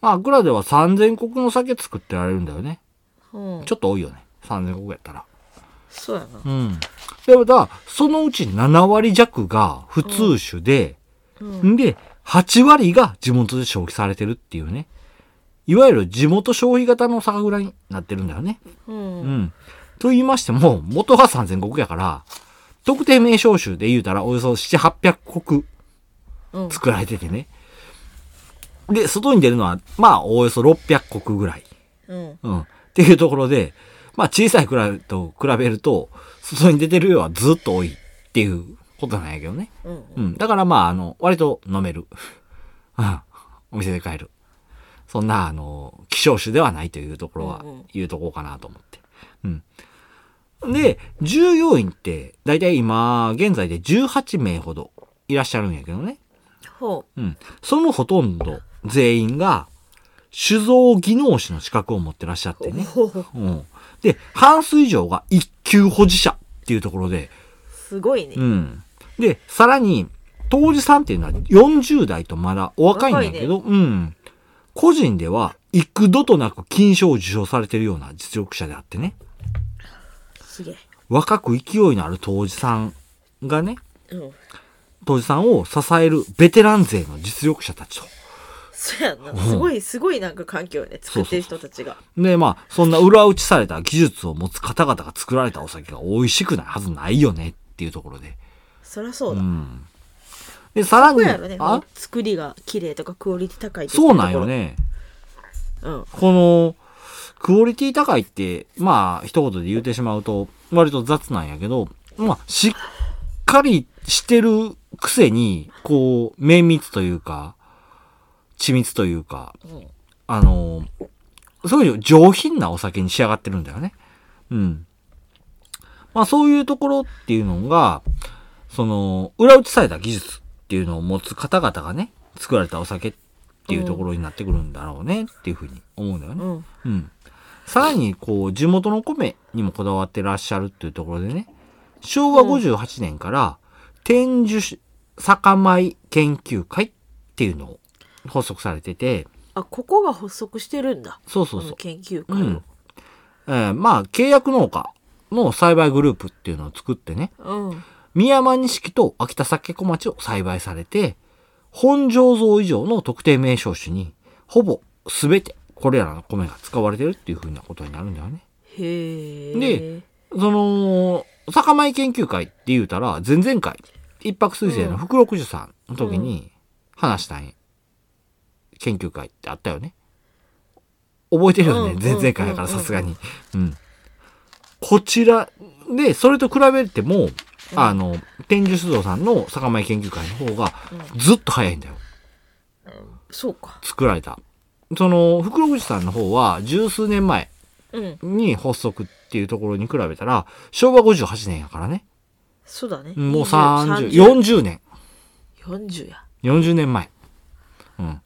[SPEAKER 1] まあ、アクラでは3000国の酒作ってられるんだよね。
[SPEAKER 2] うん
[SPEAKER 1] ちょっと多いよね。3000国やったら。
[SPEAKER 2] そうやな
[SPEAKER 1] うん。でもだ、そのうち7割弱が普通酒で、
[SPEAKER 2] うん
[SPEAKER 1] ん、で、8割が地元で消費されてるっていうね。いわゆる地元消費型の酒蔵になってるんだよね。
[SPEAKER 2] うん、
[SPEAKER 1] うん。と言いましても、元が3000国やから、特定名称酒で言うたらおよそ7、800国
[SPEAKER 2] うん
[SPEAKER 1] 作られててね。で、外に出るのは、まあ、おおよそ600国ぐらい。
[SPEAKER 2] うん
[SPEAKER 1] うん。っていうところで、まあ、小さい蔵と比べると、外に出てる量はずっと多いっていうことなんやけどね。
[SPEAKER 2] うん
[SPEAKER 1] うん。だからまあ、あの、割と飲める。 うん。お店で買える。そんな、あの、希少種ではないというところは
[SPEAKER 2] うんうん、
[SPEAKER 1] 言うとこうかなと思って。うん。で、従業員って、だいたい今、現在で18名ほどいらっしゃるんやけどね。
[SPEAKER 2] ほ
[SPEAKER 1] うん。そのほとんど全員が酒造技能士の資格を持ってらっしゃっ
[SPEAKER 2] う
[SPEAKER 1] てね。
[SPEAKER 2] ほう
[SPEAKER 1] うん。で、半数以上が一級保持者っていうところで、
[SPEAKER 2] すごいね、
[SPEAKER 1] うん。で、さらに、当時さんっていうのは40代とまだお若いんだけど、うん。個人では幾度となく金賞を受賞されてるような実力者であってね。
[SPEAKER 2] すげえ
[SPEAKER 1] 若く勢いのある当時さんがね、
[SPEAKER 2] うん
[SPEAKER 1] 当時さんを支えるベテラン勢の実力者たちと。
[SPEAKER 2] そうやんなすごいすごいなんか環境をね作ってる人たちが
[SPEAKER 1] で、まあ、そんな裏打ちされた技術を持つ方々が作られたお酒が美味しくないはずないよねっていうところで。
[SPEAKER 2] そりゃそう
[SPEAKER 1] う
[SPEAKER 2] だ、
[SPEAKER 1] ん。で、さら
[SPEAKER 2] そう
[SPEAKER 1] に、
[SPEAKER 2] やろね
[SPEAKER 1] あ
[SPEAKER 2] 作りが綺麗とかクオリティ高いってい
[SPEAKER 1] そうなんよね。
[SPEAKER 2] ところ
[SPEAKER 1] この、クオリティ高いって、まあ、一言で言うてしまうと、割と雑なんやけど、まあ、しっかりしてるくせに、こう、綿密というか、緻密というか、
[SPEAKER 2] うんうん
[SPEAKER 1] あの、すごい上品なお酒に仕上がってるんだよね。うん。まあそういうところっていうのが、その、裏打ちされた技術っていうのを持つ方々がね、作られたお酒っていうところになってくるんだろうねっていうふうに思うんだよね。
[SPEAKER 2] うん
[SPEAKER 1] うん。さらに、こう、地元の米にもこだわってらっしゃるっていうところでね、昭和58年から、天寿酒酒米研究会っていうのを発足されてて、
[SPEAKER 2] あここが発足してるんだ
[SPEAKER 1] そうそう
[SPEAKER 2] こ
[SPEAKER 1] そ
[SPEAKER 2] の
[SPEAKER 1] う。
[SPEAKER 2] 研究
[SPEAKER 1] う
[SPEAKER 2] 会を、
[SPEAKER 1] ん。えーまあ、契約農家の栽培グループっていうのを作ってね、
[SPEAKER 2] うん
[SPEAKER 1] 宮山錦と秋田酒小町を栽培されて、本醸造以上の特定名称種に、ほぼ全てこれらの米が使われてるっていうふうなことになるんだよね。
[SPEAKER 2] へえ
[SPEAKER 1] でその、酒米研究会って言うたら、前々回、一泊水星の福禄寿さんの時に話したんや研究会ってあったよね。覚えてるよね、
[SPEAKER 2] うん
[SPEAKER 1] 前々回だから
[SPEAKER 2] うん
[SPEAKER 1] さすがに。うん。こちらで、それと比べても、あの、天寿酒造さんの酒米研究会の方が、ずっと早いんだよ。
[SPEAKER 2] そうか
[SPEAKER 1] 作られた。その、福禄寿さんの方は、十数年前
[SPEAKER 2] うん
[SPEAKER 1] に発足っていうところに比べたら、昭和58年やからね。
[SPEAKER 2] そうだね
[SPEAKER 1] もう30、
[SPEAKER 2] 4040
[SPEAKER 1] 40年。
[SPEAKER 2] や
[SPEAKER 1] 40年前。うん。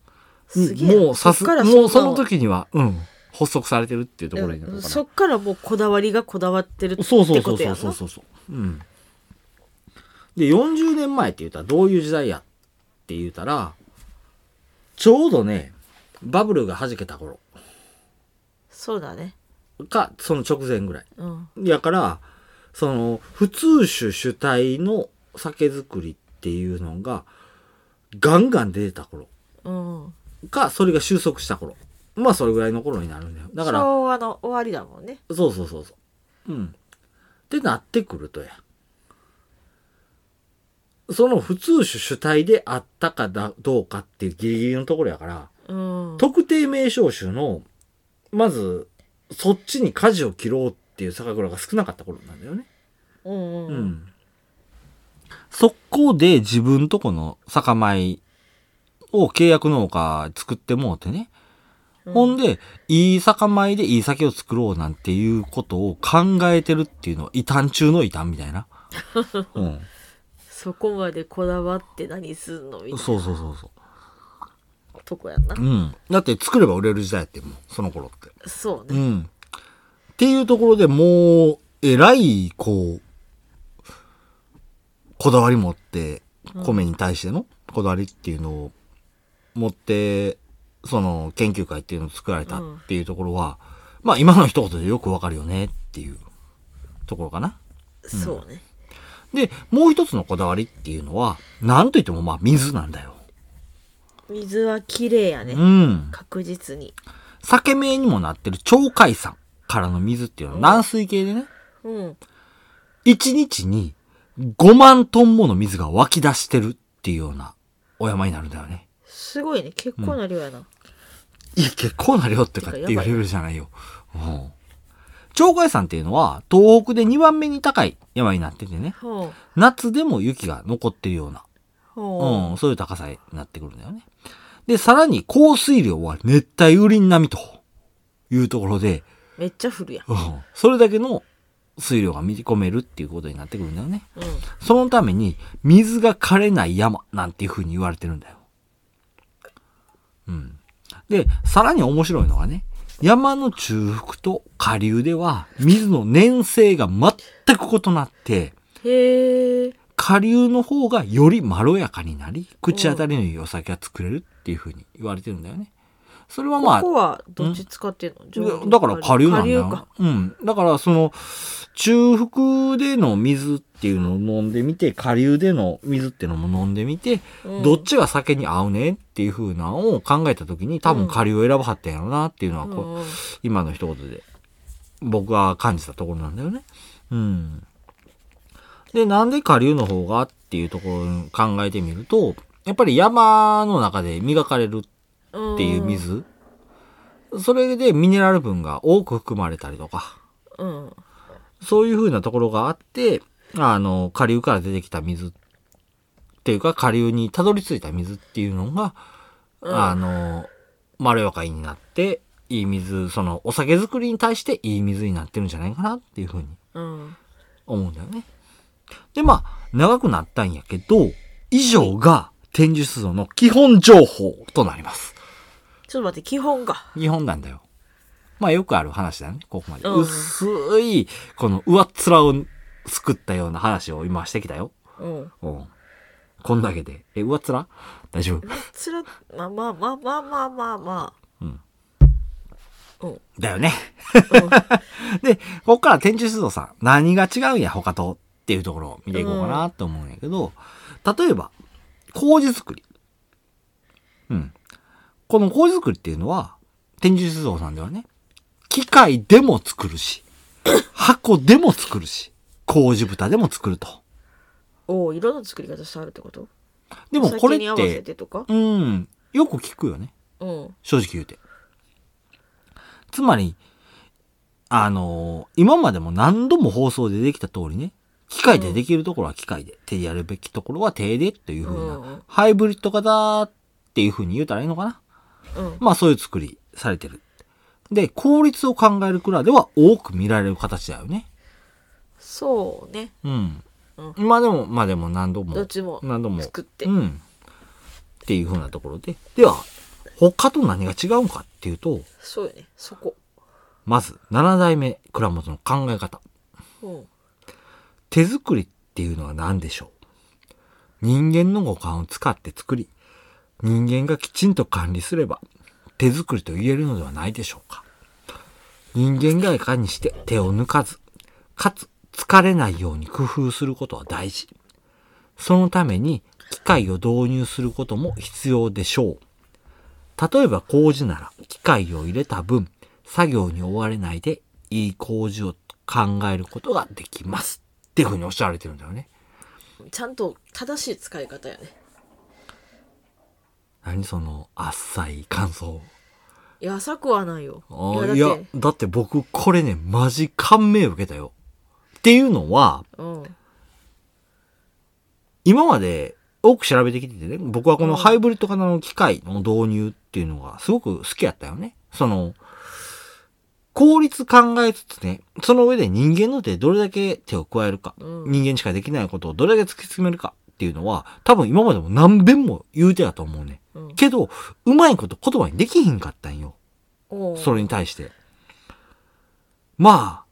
[SPEAKER 2] すげえ
[SPEAKER 1] もうさす、
[SPEAKER 2] そっから
[SPEAKER 1] もう
[SPEAKER 2] そ
[SPEAKER 1] そ
[SPEAKER 2] んな
[SPEAKER 1] の時には、うん。発足されてるっていうところになるのかな。
[SPEAKER 2] そっからもうこだわりがこだわってるって
[SPEAKER 1] そうそうそ
[SPEAKER 2] こ
[SPEAKER 1] う
[SPEAKER 2] と
[SPEAKER 1] そ
[SPEAKER 2] や
[SPEAKER 1] うそ
[SPEAKER 2] な
[SPEAKER 1] うそうそう。うん。で、40年前って言ったらどういう時代やって言ったら、ちょうどね、バブルが弾けた頃
[SPEAKER 2] そうだね
[SPEAKER 1] か、その直前ぐらい。
[SPEAKER 2] うん
[SPEAKER 1] やから、その、普通酒主体の酒造りっていうのが、ガンガン出てた頃
[SPEAKER 2] うん
[SPEAKER 1] か、それが収束した頃。まあ、それぐらいの頃になるんだよ。だから、
[SPEAKER 2] 昭和の終わりだもんね
[SPEAKER 1] そうそうそうそう。うん。ってなってくるとや。その普通種主体であったかだどうかっていうギリギリのところやから、
[SPEAKER 2] うん
[SPEAKER 1] 特定名称種の、まず、そっちに舵を切ろうっていう酒蔵が少なかった頃なんだよね。
[SPEAKER 2] うんう
[SPEAKER 1] うんん。そこで自分とこの酒米を契約農家作ってもうてね。
[SPEAKER 2] うん
[SPEAKER 1] ほんで、いい酒米でいい酒を作ろうなんていうことを考えてるっていうのは異端中の異端みたい な。うん。
[SPEAKER 2] そこまでこだわって何すんのみたい
[SPEAKER 1] そうそうそうそ
[SPEAKER 2] なとこやんな
[SPEAKER 1] う。うん。だって作れば売れる時代やってもうその頃って。
[SPEAKER 2] そう
[SPEAKER 1] う
[SPEAKER 2] ね
[SPEAKER 1] ん。っていうところでもう、えらい、こう、こだわり持って、米に対してのこだわりっていうのを持って、その研究会っていうのを作られたっていうところは、まあ今の一言でよくわかるよねっていうところかな。
[SPEAKER 2] そうね
[SPEAKER 1] で、もう一つのこだわりっていうのは、なんといってもまあ水なんだよ。
[SPEAKER 2] 水は綺麗やね
[SPEAKER 1] うん。
[SPEAKER 2] 確実に
[SPEAKER 1] 裂け目にもなってる鳥海山からの水っていうのは軟水系でね。
[SPEAKER 2] うん
[SPEAKER 1] 一日に5万トンもの水が湧き出してるっていうようなお山になるんだよね。
[SPEAKER 2] すごいね結構な量やな、
[SPEAKER 1] いや、結構な量ってかって
[SPEAKER 2] て
[SPEAKER 1] いう
[SPEAKER 2] かやば
[SPEAKER 1] レ
[SPEAKER 2] い
[SPEAKER 1] ベルじゃないよ。うん。鳥海山っていうのは東北で2番目に高い山になっててね。
[SPEAKER 2] ほう
[SPEAKER 1] 夏でも雪が残ってるような、
[SPEAKER 2] ほ
[SPEAKER 1] うん、そういう高さになってくるんだよね。で、さらに降水量は熱帯雨林並みというところで、
[SPEAKER 2] うめっちゃ降るやん
[SPEAKER 1] うん、それだけの水量が見込めるっていうことになってくるんだよね。
[SPEAKER 2] うん
[SPEAKER 1] そのために、水が枯れない山なんていう風に言われてるんだよ。うん。で、さらに面白いのがね、山の中腹と下流では、水の粘性が全く異なって、
[SPEAKER 2] へえ
[SPEAKER 1] 下流の方がよりまろやかになり、口当たりの良いお酒が作れるっていう風に言われてるんだよね。それはまあ、
[SPEAKER 2] ここはどっち使ってんの上流
[SPEAKER 1] だから下流なんだ
[SPEAKER 2] 下流か
[SPEAKER 1] よ。うん。だからその、中腹での水っていうのを飲んでみて、下流での水っていうのも飲んでみて、
[SPEAKER 2] うん
[SPEAKER 1] どっちが酒に合うねっていう風なのを考えた時に、多
[SPEAKER 2] うん
[SPEAKER 1] 分下流を選ばはったんやろなっていうのは、
[SPEAKER 2] う
[SPEAKER 1] こうん
[SPEAKER 2] うん
[SPEAKER 1] 今の一言で、僕は感じたところなんだよね。うん。で、なんで下流の方がっていうところを考えてみると、やっぱり山の中で磨かれる
[SPEAKER 2] っ
[SPEAKER 1] っていう水、それでミネラル分が多く含まれたりとか
[SPEAKER 2] うん、
[SPEAKER 1] そういう風なところがあってあの下流から出てきた水っていうか下流にたどり着いた水っていうのが、
[SPEAKER 2] うん
[SPEAKER 1] あのまろやかになっていい水そのお酒作りに対していい水になってるんじゃないかなっていう風に
[SPEAKER 2] うん、
[SPEAKER 1] 思うんだよね。でまあ長くなったんやけど以上が天寿出土の基本情報となります。
[SPEAKER 2] ちょっと待って基本が
[SPEAKER 1] 日本なんだよ。まあよくある話だよね、ここまで。
[SPEAKER 2] うん
[SPEAKER 1] 薄い、この上っ面を作ったような話を今してきたよ。
[SPEAKER 2] うん
[SPEAKER 1] うん。こんだけで。え、上っ面大丈夫
[SPEAKER 2] つらまあまあまあまあまあまあま
[SPEAKER 1] だよね。 で、こっから天中出動さん、何が違うんや、他とっていうところを見ていこうかなと思うんやけど、例えば、麹作り。うん。この麹作りっていうのは、天中出動さんではね、機械でも作る し、箱でも作るし、麹豚でも作ると。
[SPEAKER 2] あおお色の作り方してあるってこと
[SPEAKER 1] でもこれ
[SPEAKER 2] お
[SPEAKER 1] っ
[SPEAKER 2] 酒に合わせ
[SPEAKER 1] て、
[SPEAKER 2] てとか
[SPEAKER 1] うん、よく聞くよね。
[SPEAKER 2] うん
[SPEAKER 1] 正直言うて。つまり、あのー今までも何度も放送でできた通りね、機械でできるところは機械で、手でやるべきところは手でっていう風な、
[SPEAKER 2] うん
[SPEAKER 1] ハイブリッド型っていう風に言うたらいいのかな。
[SPEAKER 2] うん
[SPEAKER 1] まあそういう作りされてる。で、効率を考える蔵では多く見られる形だよね。
[SPEAKER 2] そうね
[SPEAKER 1] うん。
[SPEAKER 2] う
[SPEAKER 1] まあでも、まあでも何度も。
[SPEAKER 2] どっちも
[SPEAKER 1] 何度も。
[SPEAKER 2] 作って
[SPEAKER 1] うん。っていう風なところで。では、他と何が違うんかっていうと、
[SPEAKER 2] そうよねそこ
[SPEAKER 1] まず、7代目蔵元の考え方。
[SPEAKER 2] ほ
[SPEAKER 1] 手作りっていうのは何でしょう人間の五感を使って作り、人間がきちんと管理すれば、手作りと言えるのではないでしょうか。人間がいかにして手を抜かず、かつ疲れないように工夫することは大事。そのために機械を導入することも必要でしょう。例えば麹なら機械を入れた分、作業に追われないでいい麹を考えることができます。っていうふうにおっしゃられてるんだよね。
[SPEAKER 2] うちゃんと正しい使い方やね
[SPEAKER 1] 何その、あっさい感想。
[SPEAKER 2] いや浅くはないよ
[SPEAKER 1] あ
[SPEAKER 2] い
[SPEAKER 1] ーい
[SPEAKER 2] やだ
[SPEAKER 1] や
[SPEAKER 2] って、
[SPEAKER 1] だって僕これね、マジ感銘を受けたよ。っていうのは、
[SPEAKER 2] うん
[SPEAKER 1] 今まで多く調べてきててね、僕はこのハイブリッド型の機械の導入っていうのがすごく好きやったよね。その、効率考えつつね、その上で人間の手でどれだけ手を加えるか、
[SPEAKER 2] うん
[SPEAKER 1] 人間しかできないことをどれだけ突き詰めるかっていうのは、多分今までも何遍も言うてやと思うね。
[SPEAKER 2] うん
[SPEAKER 1] けど、うまいこと言葉にできひんかったんよ。
[SPEAKER 2] おう
[SPEAKER 1] それに対して。まあ、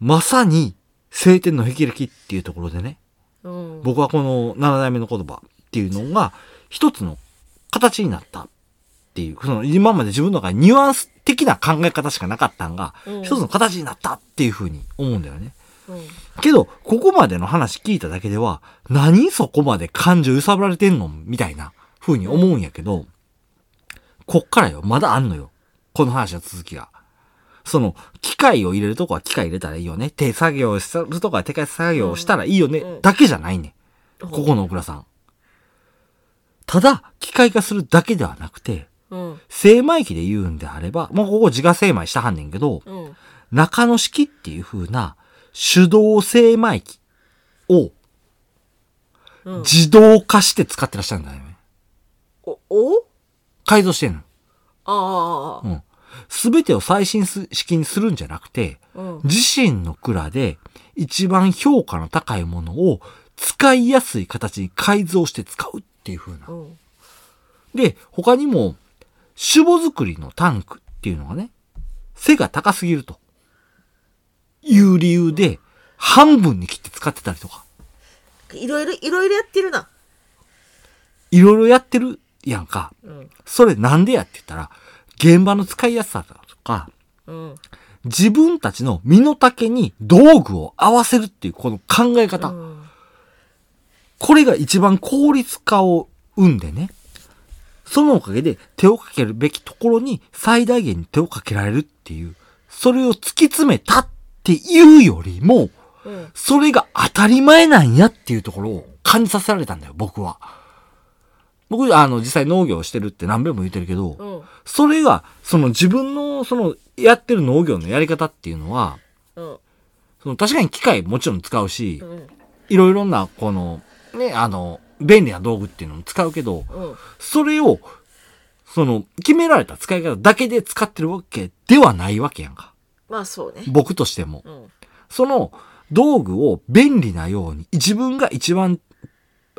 [SPEAKER 1] まさに、晴天の霹靂っていうところでね、
[SPEAKER 2] うん
[SPEAKER 1] 僕はこの7代目の言葉っていうのが一つの形になったっていう、その今まで自分の中にニュアンス的な考え方しかなかったんが
[SPEAKER 2] うん、
[SPEAKER 1] 一つの形になったっていうふうに思うんだよね。
[SPEAKER 2] うん
[SPEAKER 1] けど、ここまでの話聞いただけでは、何そこまで感情揺さぶられてんのみたいな風に思うんやけど、こっからよ、まだあんのよ。この話の続きが。その、機械を入れるとこは機械入れたらいいよね。手作業するとこは手作業したらいいよね。
[SPEAKER 2] うんうん
[SPEAKER 1] だけじゃないね。ここの小倉さん。ただ、機械化するだけではなくて、
[SPEAKER 2] うん
[SPEAKER 1] 精米機で言うんであれば、もうここ自家精米したはんねんけど、
[SPEAKER 2] うん
[SPEAKER 1] 中野式っていう風な手動精米機を
[SPEAKER 2] うん
[SPEAKER 1] 自動化して使ってらっしゃるんだよね。
[SPEAKER 2] おお
[SPEAKER 1] 改造してんの。
[SPEAKER 2] あ
[SPEAKER 1] うん。すべてを最新式にするんじゃなくて、
[SPEAKER 2] あうん
[SPEAKER 1] 自身の蔵で一番評価の高いものを使いやすい形に改造して使うっていう風な
[SPEAKER 2] う。ん
[SPEAKER 1] で、他にも、酒母作りのタンクっていうのがね、背が高すぎると。いう理由で、半分に切って使ってたりとか。
[SPEAKER 2] いろいろいろいろやってるない
[SPEAKER 1] ろいろやってるやんか。
[SPEAKER 2] うん
[SPEAKER 1] それなんでやって言ったら、現場の使いやすさだとか、
[SPEAKER 2] うん
[SPEAKER 1] 自分たちの身の丈に道具を合わせるっていうこの考え方。
[SPEAKER 2] うん
[SPEAKER 1] これが一番効率化を生んでね。そのおかげで手をかけるべきところに最大限に手をかけられるっていう、それを突き詰めたっていうよりも、
[SPEAKER 2] うん
[SPEAKER 1] それが当たり前なんやっていうところを感じさせられたんだよ、僕は。僕、あの、実際農業をしてるって何遍も言ってるけど、
[SPEAKER 2] うん
[SPEAKER 1] それが、その自分の、その、やってる農業のやり方っていうのは、
[SPEAKER 2] うん
[SPEAKER 1] その確かに機械もちろん使うし
[SPEAKER 2] う、ん
[SPEAKER 1] いろいろな、この、ね、あの、便利な道具っていうのも使うけど、
[SPEAKER 2] うん
[SPEAKER 1] それを、その、決められた使い方だけで使ってるわけではないわけやんか。
[SPEAKER 2] まあそうね
[SPEAKER 1] 僕としても
[SPEAKER 2] う。ん
[SPEAKER 1] その、道具を便利なように、自分が一番、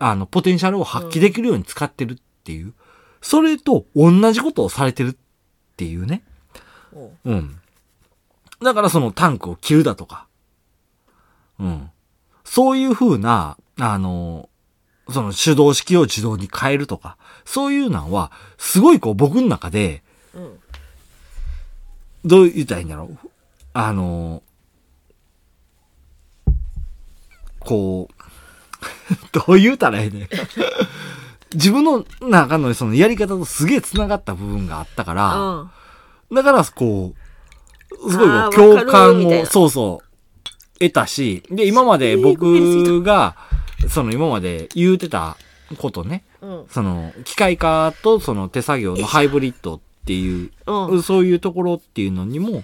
[SPEAKER 1] あの、ポテンシャルを発揮できるように使ってるっていう、それと同じことをされてるっていうね。
[SPEAKER 2] うん
[SPEAKER 1] うん。だからそのタンクを切るだとか。うん。そういう風な、あの、その手動式を自動に変えるとか、そういうのは、すごいこう僕の中で、
[SPEAKER 2] うん
[SPEAKER 1] どう言ったらいいんだろう。あの、こう、 どう言うたらいいねん。自分の中のそのやり方とすげえ繋がった部分があったから、
[SPEAKER 2] うん
[SPEAKER 1] だから、こう、すごい
[SPEAKER 2] あー
[SPEAKER 1] 共
[SPEAKER 2] わかるみ
[SPEAKER 1] 感
[SPEAKER 2] たい
[SPEAKER 1] を、
[SPEAKER 2] な
[SPEAKER 1] そうそう、得たし、で、今まで僕が、その今まで言うてたことね、
[SPEAKER 2] うん
[SPEAKER 1] その、機械化とその手作業のハイブリッドっていう、
[SPEAKER 2] うん
[SPEAKER 1] そういうところっていうのにも、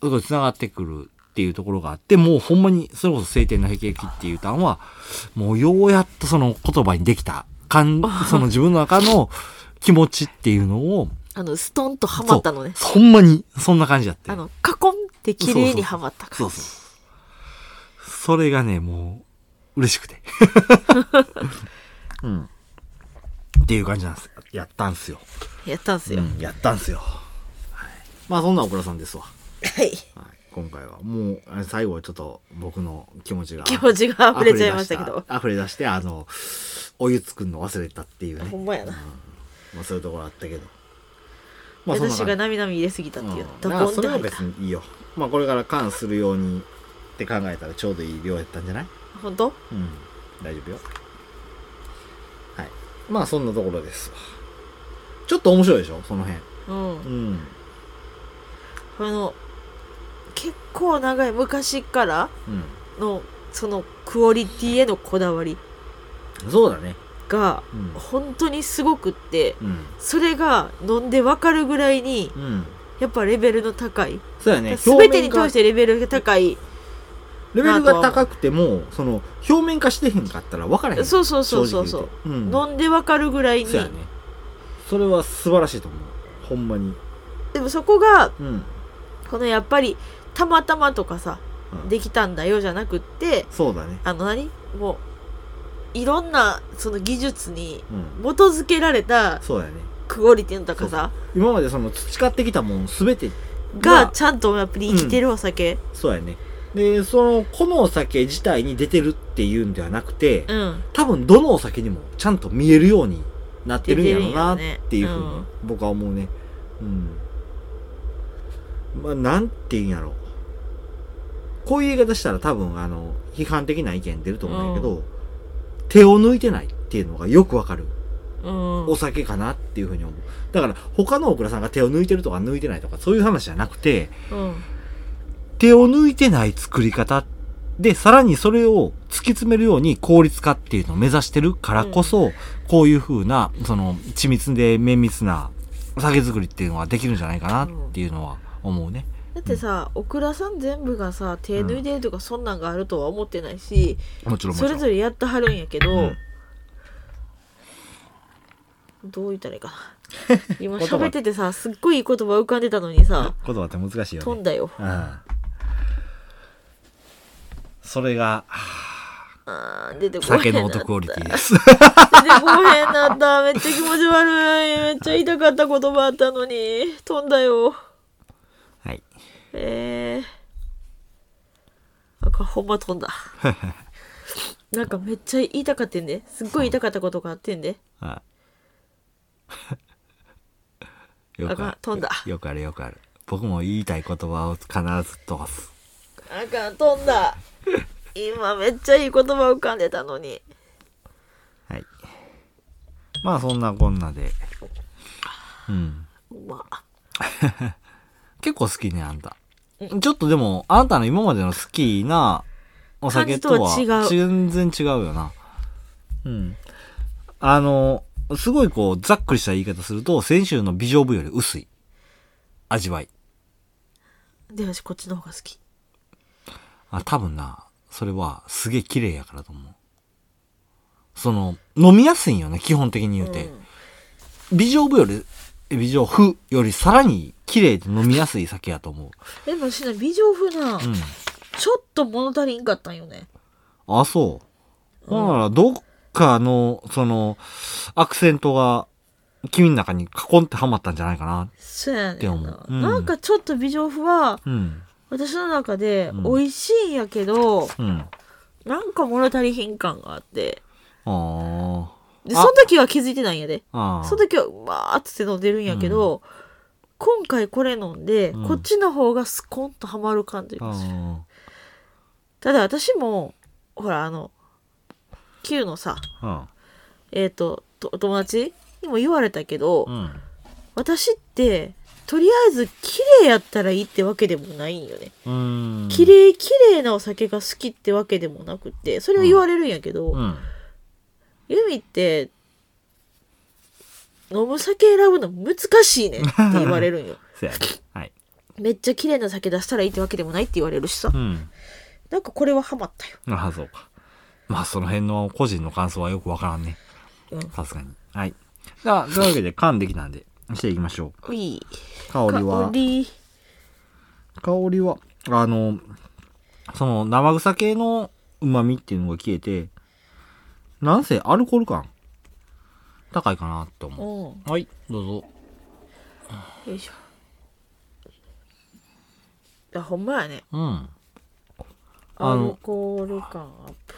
[SPEAKER 1] すごい繋がってくるっていうところがあって、もうほんまに、それこそ晴天の霹靂っていう単は、もうようやっとその言葉にできた、か んその自分の中の気持ちっていうのを、
[SPEAKER 2] あのストンとはまったのね
[SPEAKER 1] そうほんまに、そんな感じだって。
[SPEAKER 2] あのカコンって綺麗にはまった
[SPEAKER 1] そ
[SPEAKER 2] 感
[SPEAKER 1] う
[SPEAKER 2] じ
[SPEAKER 1] そう。それがね、もう、嬉しくて。うん。っていう感じなんです。やったんすよ。
[SPEAKER 2] やったんすよ
[SPEAKER 1] うんやったんすよ。はいまあそんな小倉さんですわ。
[SPEAKER 2] は
[SPEAKER 1] は
[SPEAKER 2] い。
[SPEAKER 1] い、今回はもうあ最後ちょっと僕の気持ちが
[SPEAKER 2] 気持ちが溢れちゃいましたけど。
[SPEAKER 1] 溢れ出してあのお湯作るの忘れたっていうね、
[SPEAKER 2] ほんまやな。
[SPEAKER 1] まあ、そういうところあったけどまあそんな
[SPEAKER 2] 私
[SPEAKER 1] 感
[SPEAKER 2] が
[SPEAKER 1] じ
[SPEAKER 2] なみなみ入れすぎたっていう。
[SPEAKER 1] うん
[SPEAKER 2] ド
[SPEAKER 1] まあ
[SPEAKER 2] ボンっ
[SPEAKER 1] そ
[SPEAKER 2] て
[SPEAKER 1] れは
[SPEAKER 2] 入った
[SPEAKER 1] 別にいいよまあこれから缶するようにって考えたらちょうどいい量やったんじゃない
[SPEAKER 2] 本当
[SPEAKER 1] うん大丈夫よはいまあそんなところですわちょっと面白いでしょその辺
[SPEAKER 2] うん。
[SPEAKER 1] うん
[SPEAKER 2] あの、結構長い昔から
[SPEAKER 1] う
[SPEAKER 2] の、そのクオリティへのこだわり
[SPEAKER 1] んそうだね
[SPEAKER 2] が、
[SPEAKER 1] うん
[SPEAKER 2] 本当にすごくって、
[SPEAKER 1] うん
[SPEAKER 2] それが飲んでわかるぐらいに、
[SPEAKER 1] うん
[SPEAKER 2] やっぱレベルの高い。
[SPEAKER 1] そうやね
[SPEAKER 2] 全てに
[SPEAKER 1] 表面が
[SPEAKER 2] 対してレベルが高い。
[SPEAKER 1] レベルが高くても、その、表面化してへんかったら分からへん。
[SPEAKER 2] そうそうそうそうそ
[SPEAKER 1] 正
[SPEAKER 2] う
[SPEAKER 1] 直。言うと。うん。
[SPEAKER 2] 飲んでわかるぐらいに
[SPEAKER 1] そうやね。それは素晴らしいと思う。ほんまに。
[SPEAKER 2] でもそこが
[SPEAKER 1] うん。
[SPEAKER 2] このやっぱりたまたまとかさ
[SPEAKER 1] うん
[SPEAKER 2] できたんだよじゃなくって
[SPEAKER 1] そうだね。
[SPEAKER 2] あの何もういろんなその技術に
[SPEAKER 1] うん。
[SPEAKER 2] 基づけられた
[SPEAKER 1] そうやね。
[SPEAKER 2] クオリティの高さ
[SPEAKER 1] 今までその培ってきたもんすべてが、
[SPEAKER 2] がちゃんとやっぱり生きてるお酒
[SPEAKER 1] そうやね。で、その、このお酒自体に出てるっていうんではなくて、
[SPEAKER 2] うん、
[SPEAKER 1] 多分どのお酒にもちゃんと見えるようになってるんやろうなっていうふう
[SPEAKER 2] 出てるんやろ
[SPEAKER 1] に
[SPEAKER 2] ね
[SPEAKER 1] 僕は思うね。うん。まあ、なんて言うんやろう。こういう言い方したら多分あの、批判的な意見出ると思うんだけど、手を抜いてないっていうのがよくわかる
[SPEAKER 2] うん
[SPEAKER 1] お酒かなっていうふうに思う。だから他の大倉さんが手を抜いてるとか抜いてないとかそういう話じゃなくて、
[SPEAKER 2] うん
[SPEAKER 1] 手を抜いてない作り方で、さらにそれを突き詰めるように効率化っていうのを目指してるからこそ、こういう風な、その、緻密で綿密なお酒作りっていうのはできるんじゃないかなっていうのは思うね。
[SPEAKER 2] だってさオクラさん全部がさ手抜いてるとかそんなんがあるとは思ってないし、
[SPEAKER 1] もちろんもち
[SPEAKER 2] そ
[SPEAKER 1] ろ
[SPEAKER 2] れ
[SPEAKER 1] ん。
[SPEAKER 2] ぞれやってはるんやけど、
[SPEAKER 1] うん
[SPEAKER 2] どう言ったらい いかな今喋っててさすっごいいい言葉浮かんでたのにさ
[SPEAKER 1] 言葉って難しいよ
[SPEAKER 2] 飛
[SPEAKER 1] ね
[SPEAKER 2] ん。だよ
[SPEAKER 1] うん。それが、
[SPEAKER 2] あー出てこ
[SPEAKER 1] 酒
[SPEAKER 2] へんな
[SPEAKER 1] の
[SPEAKER 2] った
[SPEAKER 1] 音クオリティです。
[SPEAKER 2] 出てこへんなっためっちゃ気持ち悪いめっちゃ言いたかった言葉あったのに飛んだよ
[SPEAKER 1] はい。
[SPEAKER 2] えー、なんかほんま 飛んだなんかめっちゃ言いたかってんで、すっごい言いたかったことがあってんで、
[SPEAKER 1] はいよ
[SPEAKER 2] あかん飛んだ
[SPEAKER 1] よくあるよくある。僕も言いたい言葉を必ず飛ばす。
[SPEAKER 2] あかん飛 んだ今めっちゃいい言葉浮かんでたのに
[SPEAKER 1] はい。まあそんなこんなで。うん。
[SPEAKER 2] まあ
[SPEAKER 1] 結構好きね、あんた。ちょっとでも、あんたの今までの好きなお酒とは
[SPEAKER 2] 感じとは違う
[SPEAKER 1] 全然違うよな。うん。あの、すごいこう、ざっくりした言い方すると、先週の美女部より薄い。味わい。
[SPEAKER 2] で私こっちの方が好き
[SPEAKER 1] あ、多分な、それはすげえ綺麗やからと思う。その、飲みやすいんよね、基本的に言うて。美女部より、美女風よりさらに綺麗で飲みやすい酒やと思
[SPEAKER 2] でもしな美女風な、
[SPEAKER 1] う。うん。
[SPEAKER 2] ちょっと物足りんかったんよね
[SPEAKER 1] あ、そう。ほんなら、どっかの、その、アクセントが、君の中にカコンってはまったんじゃないかな。
[SPEAKER 2] そうやねん
[SPEAKER 1] って思
[SPEAKER 2] な、
[SPEAKER 1] ううん
[SPEAKER 2] なんかちょっと美女風は
[SPEAKER 1] うん。
[SPEAKER 2] 私の中で
[SPEAKER 1] うん
[SPEAKER 2] 美味しいんやけど、
[SPEAKER 1] うん。あ
[SPEAKER 2] なんか物足りひん感があって
[SPEAKER 1] あ。
[SPEAKER 2] で
[SPEAKER 1] あ
[SPEAKER 2] その時は気づいてないんやで
[SPEAKER 1] ああ。
[SPEAKER 2] その時はうわーっつって飲んでるんやけど、今回これ飲んで、
[SPEAKER 1] うん
[SPEAKER 2] こっちの方がスコンとはまる感と言い
[SPEAKER 1] あ
[SPEAKER 2] ますか
[SPEAKER 1] あ
[SPEAKER 2] ただ私もほらあの Q のさ
[SPEAKER 1] あ
[SPEAKER 2] えっ、ととお友達にも言われたけど、
[SPEAKER 1] あ。うん。
[SPEAKER 2] 私ってとりあえず綺麗やったらいいってわけでもないんよね
[SPEAKER 1] うん。
[SPEAKER 2] 綺麗綺麗なお酒が好きってわけでもなくてそれを言われるんやけど、
[SPEAKER 1] うん。
[SPEAKER 2] ユミって飲む酒選ぶの難しいねって言われるんよ
[SPEAKER 1] そやね。はい。
[SPEAKER 2] めっちゃ綺麗な酒出したらいいってわけでもないって言われるしさ
[SPEAKER 1] うん。
[SPEAKER 2] なんかこれはハマったよ
[SPEAKER 1] ああ、そうか。まあ、その辺の個人の感想はよくわからんね
[SPEAKER 2] うん。
[SPEAKER 1] さすがに。はい。じゃあ、というわけで、缶できたんで、していきましょう。
[SPEAKER 2] うい
[SPEAKER 1] 香りは
[SPEAKER 2] 香、り
[SPEAKER 1] 香りは、あの、その、生臭系の旨味っていうのが消えて、なんせアルコール感、高いかなって
[SPEAKER 2] うん
[SPEAKER 1] 思
[SPEAKER 2] よ
[SPEAKER 1] う。はい、どうぞ。
[SPEAKER 2] いしょだほんまやね
[SPEAKER 1] うん。
[SPEAKER 2] ア
[SPEAKER 1] あの
[SPEAKER 2] ルコール感アップ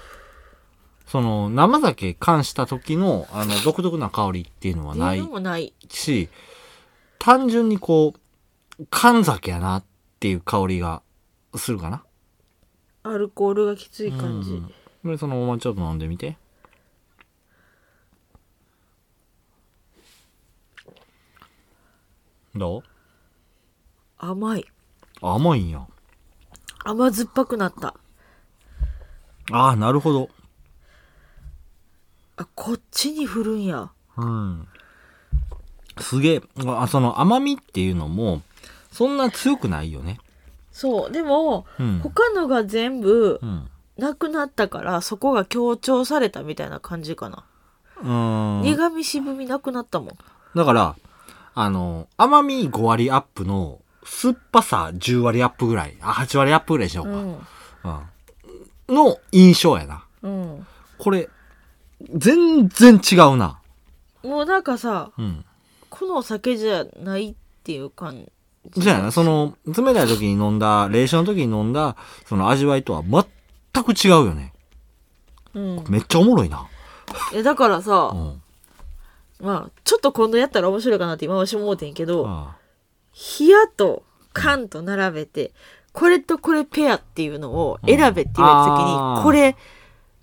[SPEAKER 1] その、生酒缶した時の、あの、独特な香りっていうのはな
[SPEAKER 2] って
[SPEAKER 1] いう
[SPEAKER 2] のもない
[SPEAKER 1] し、単純にこう、缶酒やなっていう香りがするかな。
[SPEAKER 2] アルコールがきつい感じ、
[SPEAKER 1] うんで、そのままちょっと飲んでみて。ど
[SPEAKER 2] 甘いう
[SPEAKER 1] 甘いんや。
[SPEAKER 2] 甘酸っぱくなった
[SPEAKER 1] ああ、なるほど。
[SPEAKER 2] あこっちに振るんや
[SPEAKER 1] うん。すげえ。あその甘みっていうのも、そんな強くないよね。
[SPEAKER 2] そうでも、
[SPEAKER 1] うん。
[SPEAKER 2] 他のが全部
[SPEAKER 1] うん。
[SPEAKER 2] なくなったからそこが強調されたみたいな感じかな、
[SPEAKER 1] うん。
[SPEAKER 2] 苦味渋みなくなったもん
[SPEAKER 1] だから、あの、甘み5割アップの、酸っぱさ10割アップぐらい、あ、8割アップぐらいでしょうか。
[SPEAKER 2] うん
[SPEAKER 1] うん、の印象やな。
[SPEAKER 2] うん
[SPEAKER 1] これ、全然違うな。
[SPEAKER 2] もうなんかさ
[SPEAKER 1] うん。
[SPEAKER 2] このお酒じゃないっていう感じ
[SPEAKER 1] じゃあな、その、冷たい時に飲んだ、冷酒の時に飲んだ、その味わいとは全く違うよね。
[SPEAKER 2] うん、
[SPEAKER 1] めっちゃおもろいな。
[SPEAKER 2] いやだから
[SPEAKER 1] う
[SPEAKER 2] さ、
[SPEAKER 1] ん。
[SPEAKER 2] まあちょっと今度やったら面白いかなって今私も思うてんけど、
[SPEAKER 1] あ
[SPEAKER 2] 冷やと缶と並べて、これとこれペアっていうのを選べって言われた時に、
[SPEAKER 1] うんあー
[SPEAKER 2] これ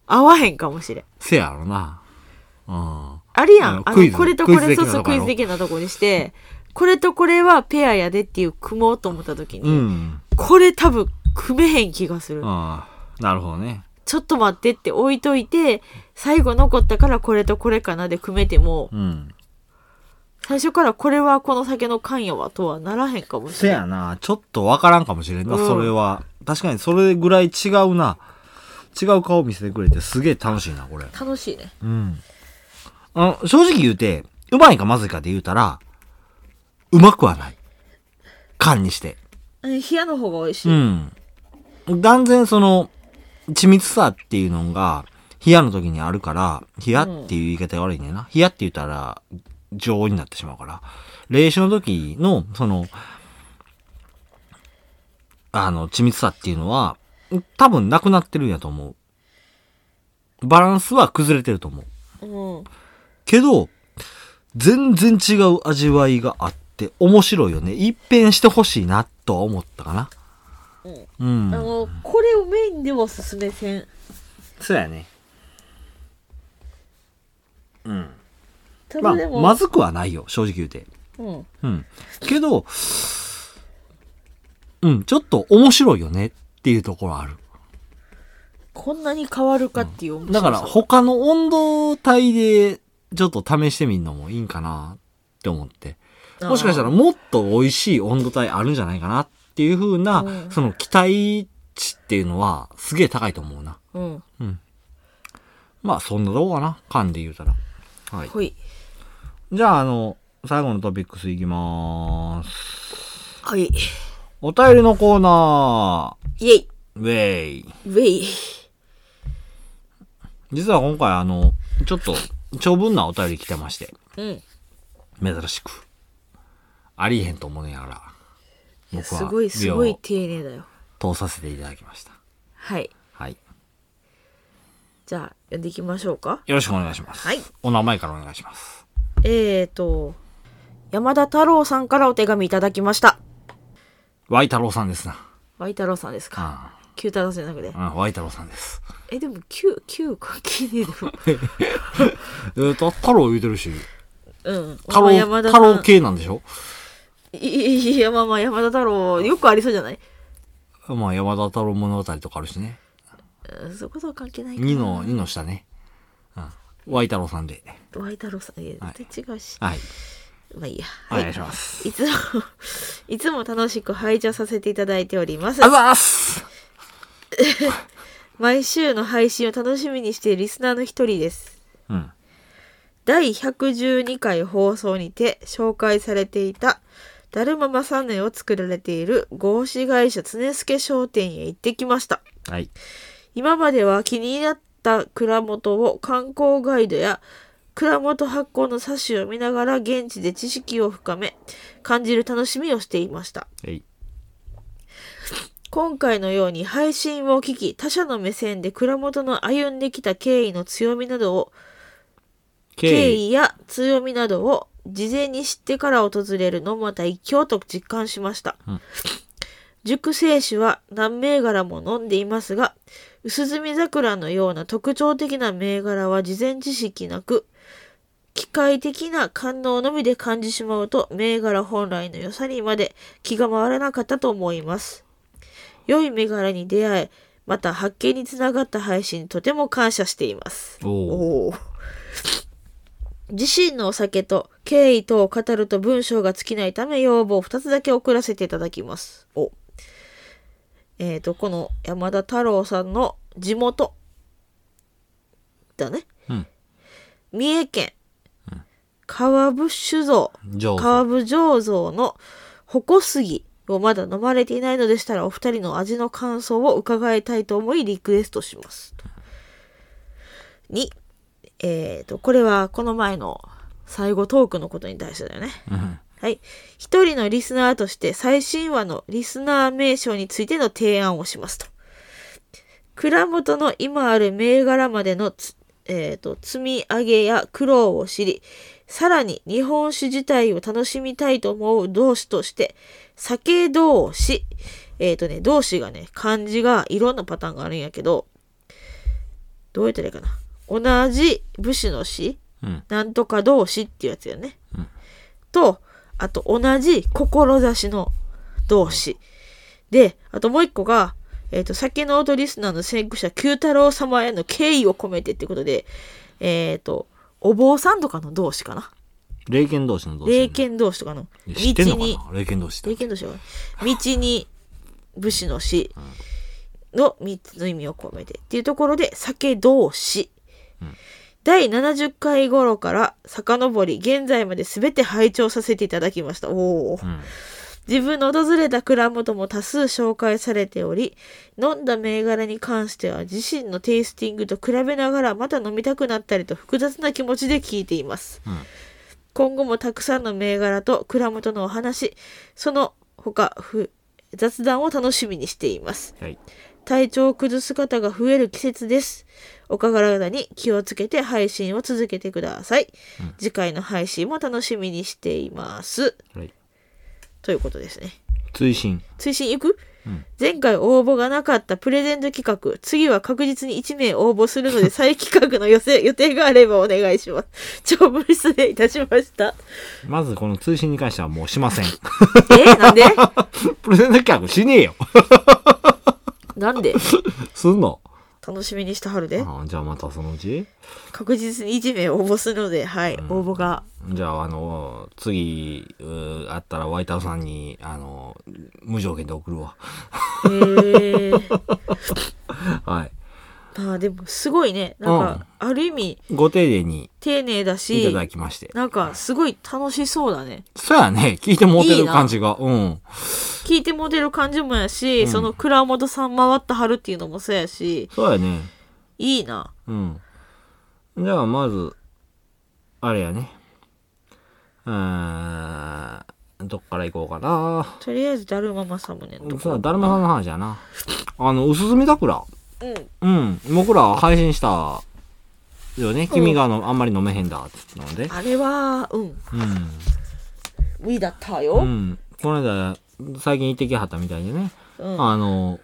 [SPEAKER 2] 合わへんかもしれん。
[SPEAKER 1] せやろな。うん。
[SPEAKER 2] あるやん。
[SPEAKER 1] あ
[SPEAKER 2] あ
[SPEAKER 1] のクイ
[SPEAKER 2] の、
[SPEAKER 1] ズ
[SPEAKER 2] これとこ
[SPEAKER 1] クイズ
[SPEAKER 2] れ、
[SPEAKER 1] 的
[SPEAKER 2] そ
[SPEAKER 1] な
[SPEAKER 2] うそ
[SPEAKER 1] とこ
[SPEAKER 2] う、ク
[SPEAKER 1] や
[SPEAKER 2] イ
[SPEAKER 1] ろ
[SPEAKER 2] ズ的なとこにして、これとこれはペアやでっていう組もうと思った時
[SPEAKER 1] う
[SPEAKER 2] に、
[SPEAKER 1] ん。
[SPEAKER 2] これ多分組めへん気がする。
[SPEAKER 1] ああ、なるほどね。
[SPEAKER 2] ちょっと待ってって置いといて、最後残ったからこれとこれかなで組めても、
[SPEAKER 1] うん。
[SPEAKER 2] 最初からこれはこの酒の缶やわとはならへんかもし
[SPEAKER 1] せ
[SPEAKER 2] れん。
[SPEAKER 1] やな。ちょっとわからんかもしれんな、
[SPEAKER 2] うん
[SPEAKER 1] それは。確かにそれぐらい違うな。違う顔見せてくれてすげえ楽しいな、これ。
[SPEAKER 2] 楽しいね。
[SPEAKER 1] うん。あの、正直言うて、うまいかまずいかで言うたら、うまくはない。缶にして。
[SPEAKER 2] うん冷やの方が美味しい。
[SPEAKER 1] うん。断然その、緻密さっていうのが、冷やの時にあるから、冷やっていう言い方が悪いねんな。冷やって言ったら、常温になってしまうから。冷酒の時の、その、あの、緻密さっていうのは、多分なくなってるんやと思う。バランスは崩れてると思う。
[SPEAKER 2] うん
[SPEAKER 1] けど、全然違う味わいがあって、面白いよね。一変してほしいな、とは思ったかな。うん。
[SPEAKER 2] あの、これをメインでもおすすめせん。
[SPEAKER 1] そうやね。
[SPEAKER 2] た
[SPEAKER 1] ま
[SPEAKER 2] だで
[SPEAKER 1] あ、
[SPEAKER 2] も、
[SPEAKER 1] まずくはないよ、正直言うて。
[SPEAKER 2] うん、
[SPEAKER 1] うん。けど、うん、ちょっと面白いよねっていうところある。
[SPEAKER 2] こんなに変わるかっていう面白
[SPEAKER 1] だ
[SPEAKER 2] さ
[SPEAKER 1] から他の温度帯でちょっと試してみるのもいいんかなって思って。もしかしたらもっと美味しい温度帯あるんじゃないかなっていう風な、
[SPEAKER 2] うん
[SPEAKER 1] その期待値っていうのはすげえ高いと思うな。
[SPEAKER 2] うん、
[SPEAKER 1] まあそんなとこかな。缶で言うたら。はい。
[SPEAKER 2] ほい。
[SPEAKER 1] じゃああの、最後のトピックスいきまーす。
[SPEAKER 2] はい。イ
[SPEAKER 1] お便りのコーナ
[SPEAKER 2] ェイ
[SPEAKER 1] ー。ウェイ。
[SPEAKER 2] ウェイ
[SPEAKER 1] 実は今回あの、ちょっと長文なお便り来てまして。
[SPEAKER 2] うん。
[SPEAKER 1] 珍しく。ありえへんと思うねやから。僕は
[SPEAKER 2] すごい、すごい丁寧だよ。
[SPEAKER 1] 目を通させていただきました。
[SPEAKER 2] はい。
[SPEAKER 1] はい。
[SPEAKER 2] じゃあ、読んでいきましょうか。
[SPEAKER 1] よろしくお願いします。
[SPEAKER 2] はい。
[SPEAKER 1] お名前からお願いします。
[SPEAKER 2] えーと、山田太郎さんからお手紙いただきました。
[SPEAKER 1] ワイ太郎さんですな。
[SPEAKER 2] ワイ太郎さんですか。
[SPEAKER 1] あ
[SPEAKER 2] 九太郎さんじゃなくて
[SPEAKER 1] あ、。うん、ワイ太郎さんです。
[SPEAKER 2] え、でも、九、九か、きね えでも。
[SPEAKER 1] えーと、太郎言うてるし、
[SPEAKER 2] うん。
[SPEAKER 1] 太
[SPEAKER 2] まあ
[SPEAKER 1] 郎、
[SPEAKER 2] 山田
[SPEAKER 1] 太
[SPEAKER 2] さん
[SPEAKER 1] 郎系なんでしょ
[SPEAKER 2] いいいや、まあまあ、山田太郎、よくありそうじゃない
[SPEAKER 1] まあ、山田太郎物語とかあるしね。
[SPEAKER 2] うんそういうことは関係ないかな
[SPEAKER 1] 2の、2の下ね。うん。ワイ太郎さんで。
[SPEAKER 2] ワイ太郎さん、いや絶対違うし。
[SPEAKER 1] はい。
[SPEAKER 2] まあいいや。
[SPEAKER 1] お
[SPEAKER 2] は
[SPEAKER 1] 願い
[SPEAKER 2] い。
[SPEAKER 1] します。
[SPEAKER 2] いつも、 いつも楽しく拝聴させていただいております
[SPEAKER 1] あ。ざーす
[SPEAKER 2] 毎週の配信を楽しみにしているリスナーの一人です。
[SPEAKER 1] うん。
[SPEAKER 2] 第112回放送にて紹介されていた、だるまま三年を作られている合資会社常助商店へ行ってきました。
[SPEAKER 1] はい。
[SPEAKER 2] 今までは気になった蔵元を観光ガイドや蔵元発行の冊子を見ながら現地で知識を深め感じる楽しみをしていました
[SPEAKER 1] えい。
[SPEAKER 2] 今回のように配信を聞き他者の目線で蔵元の歩んできた経緯の強みなどを経
[SPEAKER 1] 経緯。
[SPEAKER 2] 緯や強みなどを事前に知ってから訪れるのもまた一興と実感しました、
[SPEAKER 1] うん
[SPEAKER 2] 熟成酒は何銘柄も飲んでいますが薄摘み桜のような特徴的な銘柄は事前知識なく機械的な感応のみで感じてしまうと銘柄本来の良さにまで気が回らなかったと思います良い銘柄に出会えまた発見につながった配信にとても感謝しています
[SPEAKER 1] おお。
[SPEAKER 2] おー自身のお酒と経緯とを語ると文章が尽きないため要望を2つだけ送らせていただきます。おえっ、とこの山田太郎さんの地元だね、
[SPEAKER 1] うん
[SPEAKER 2] 三重県川伏酒造
[SPEAKER 1] 上手。
[SPEAKER 2] 川部醸造の矛杉をまだ飲まれていないのでしたらお二人の味の感想を伺いたいと思いリクエストします。2えっ、とこれはこの前の最後トークのことに対してだよね。
[SPEAKER 1] うん
[SPEAKER 2] はい。一人のリスナーとして最新話のリスナー名称についての提案をしますと。蔵元の今ある銘柄までのつ、えーと積み上げや苦労を知り、さらに日本酒自体を楽しみたいと思う同士として、酒同士、えっ、とね、同士がね、漢字がいろんなパターンがあるんやけど、どうやったらいいかな。同じ武士の士
[SPEAKER 1] うん。
[SPEAKER 2] なんとか同士っていうやつよね。
[SPEAKER 1] うん
[SPEAKER 2] と、あと同じ志の同士。で、あともう一個が、えっ、と、酒の音リスナーの先駆者、九太郎様への敬意を込めてってことで、えっ、と、お坊さんとかの同士かな。
[SPEAKER 1] 霊剣同士の同士。
[SPEAKER 2] 霊。剣同士とかの。
[SPEAKER 1] 知ってんの
[SPEAKER 2] 道に
[SPEAKER 1] かな霊剣同士って
[SPEAKER 2] 霊。剣同士は道に武士の死の3つの意味を込めてっていうところで酒同士、第70回頃から遡り現在まで全て拝聴させていただきましたおお、
[SPEAKER 1] ん
[SPEAKER 2] 自分の訪れた蔵元も多数紹介されており飲んだ銘柄に関しては自身のテイスティングと比べながらまた飲みたくなったりと複雑な気持ちで聞いています、今後もたくさんの銘柄と蔵元のお話その他ふ雑談を楽しみにしています
[SPEAKER 1] はい。
[SPEAKER 2] 体調を崩す方が増える季節ですお体に気をつけて配信を続けてください、次回の配信も楽しみにしています
[SPEAKER 1] はい。
[SPEAKER 2] ということですね
[SPEAKER 1] 追伸。
[SPEAKER 2] 推進行く、前回応募がなかったプレゼント企画次は確実に1名応募する ので再企画の予定予定があればお願いします長文失礼いたしま した
[SPEAKER 1] まずこの追伸に関してはもうしません。
[SPEAKER 2] えー、なんで
[SPEAKER 1] プレゼント企画しねえよ。
[SPEAKER 2] なんです
[SPEAKER 1] んの。
[SPEAKER 2] 楽しみにしてはるで
[SPEAKER 1] あじゃあまたそのうち。
[SPEAKER 2] 確実に1名応募するのではい、応募 が
[SPEAKER 1] じゃあ、あの、次、うーあったら、ワイタロさんに、あの、無条件で送るわ。
[SPEAKER 2] えー、
[SPEAKER 1] はい。
[SPEAKER 2] まあでもすごいねなんか、ある意味
[SPEAKER 1] ご丁寧に
[SPEAKER 2] 丁寧だ
[SPEAKER 1] い
[SPEAKER 2] した
[SPEAKER 1] だきまして。
[SPEAKER 2] なんかすごい楽しそうだね
[SPEAKER 1] そうやね。聞いてもうて
[SPEAKER 2] いい
[SPEAKER 1] る
[SPEAKER 2] な
[SPEAKER 1] 感じが。うん。
[SPEAKER 2] 聞いても出る感じもやし、その蔵元さん回ったはるっていうのもそうやし
[SPEAKER 1] そうやね。
[SPEAKER 2] いいな
[SPEAKER 1] うん。じゃあ、まず、あれやね。うーん。どっから行こうかな。
[SPEAKER 2] とりあえずだるま政宗のと
[SPEAKER 1] そう
[SPEAKER 2] こ
[SPEAKER 1] だ、だるまさんの話やな。あの、薄墨桜。
[SPEAKER 2] う
[SPEAKER 1] う
[SPEAKER 2] ん
[SPEAKER 1] ん。僕ら配信した、よね。君があの、あんまり飲めへんだ、つってので。
[SPEAKER 2] あれはうん
[SPEAKER 1] うん。
[SPEAKER 2] 無理だった
[SPEAKER 1] う
[SPEAKER 2] よ
[SPEAKER 1] ん、この間最近行ってきはったみたいでね、
[SPEAKER 2] うん
[SPEAKER 1] あの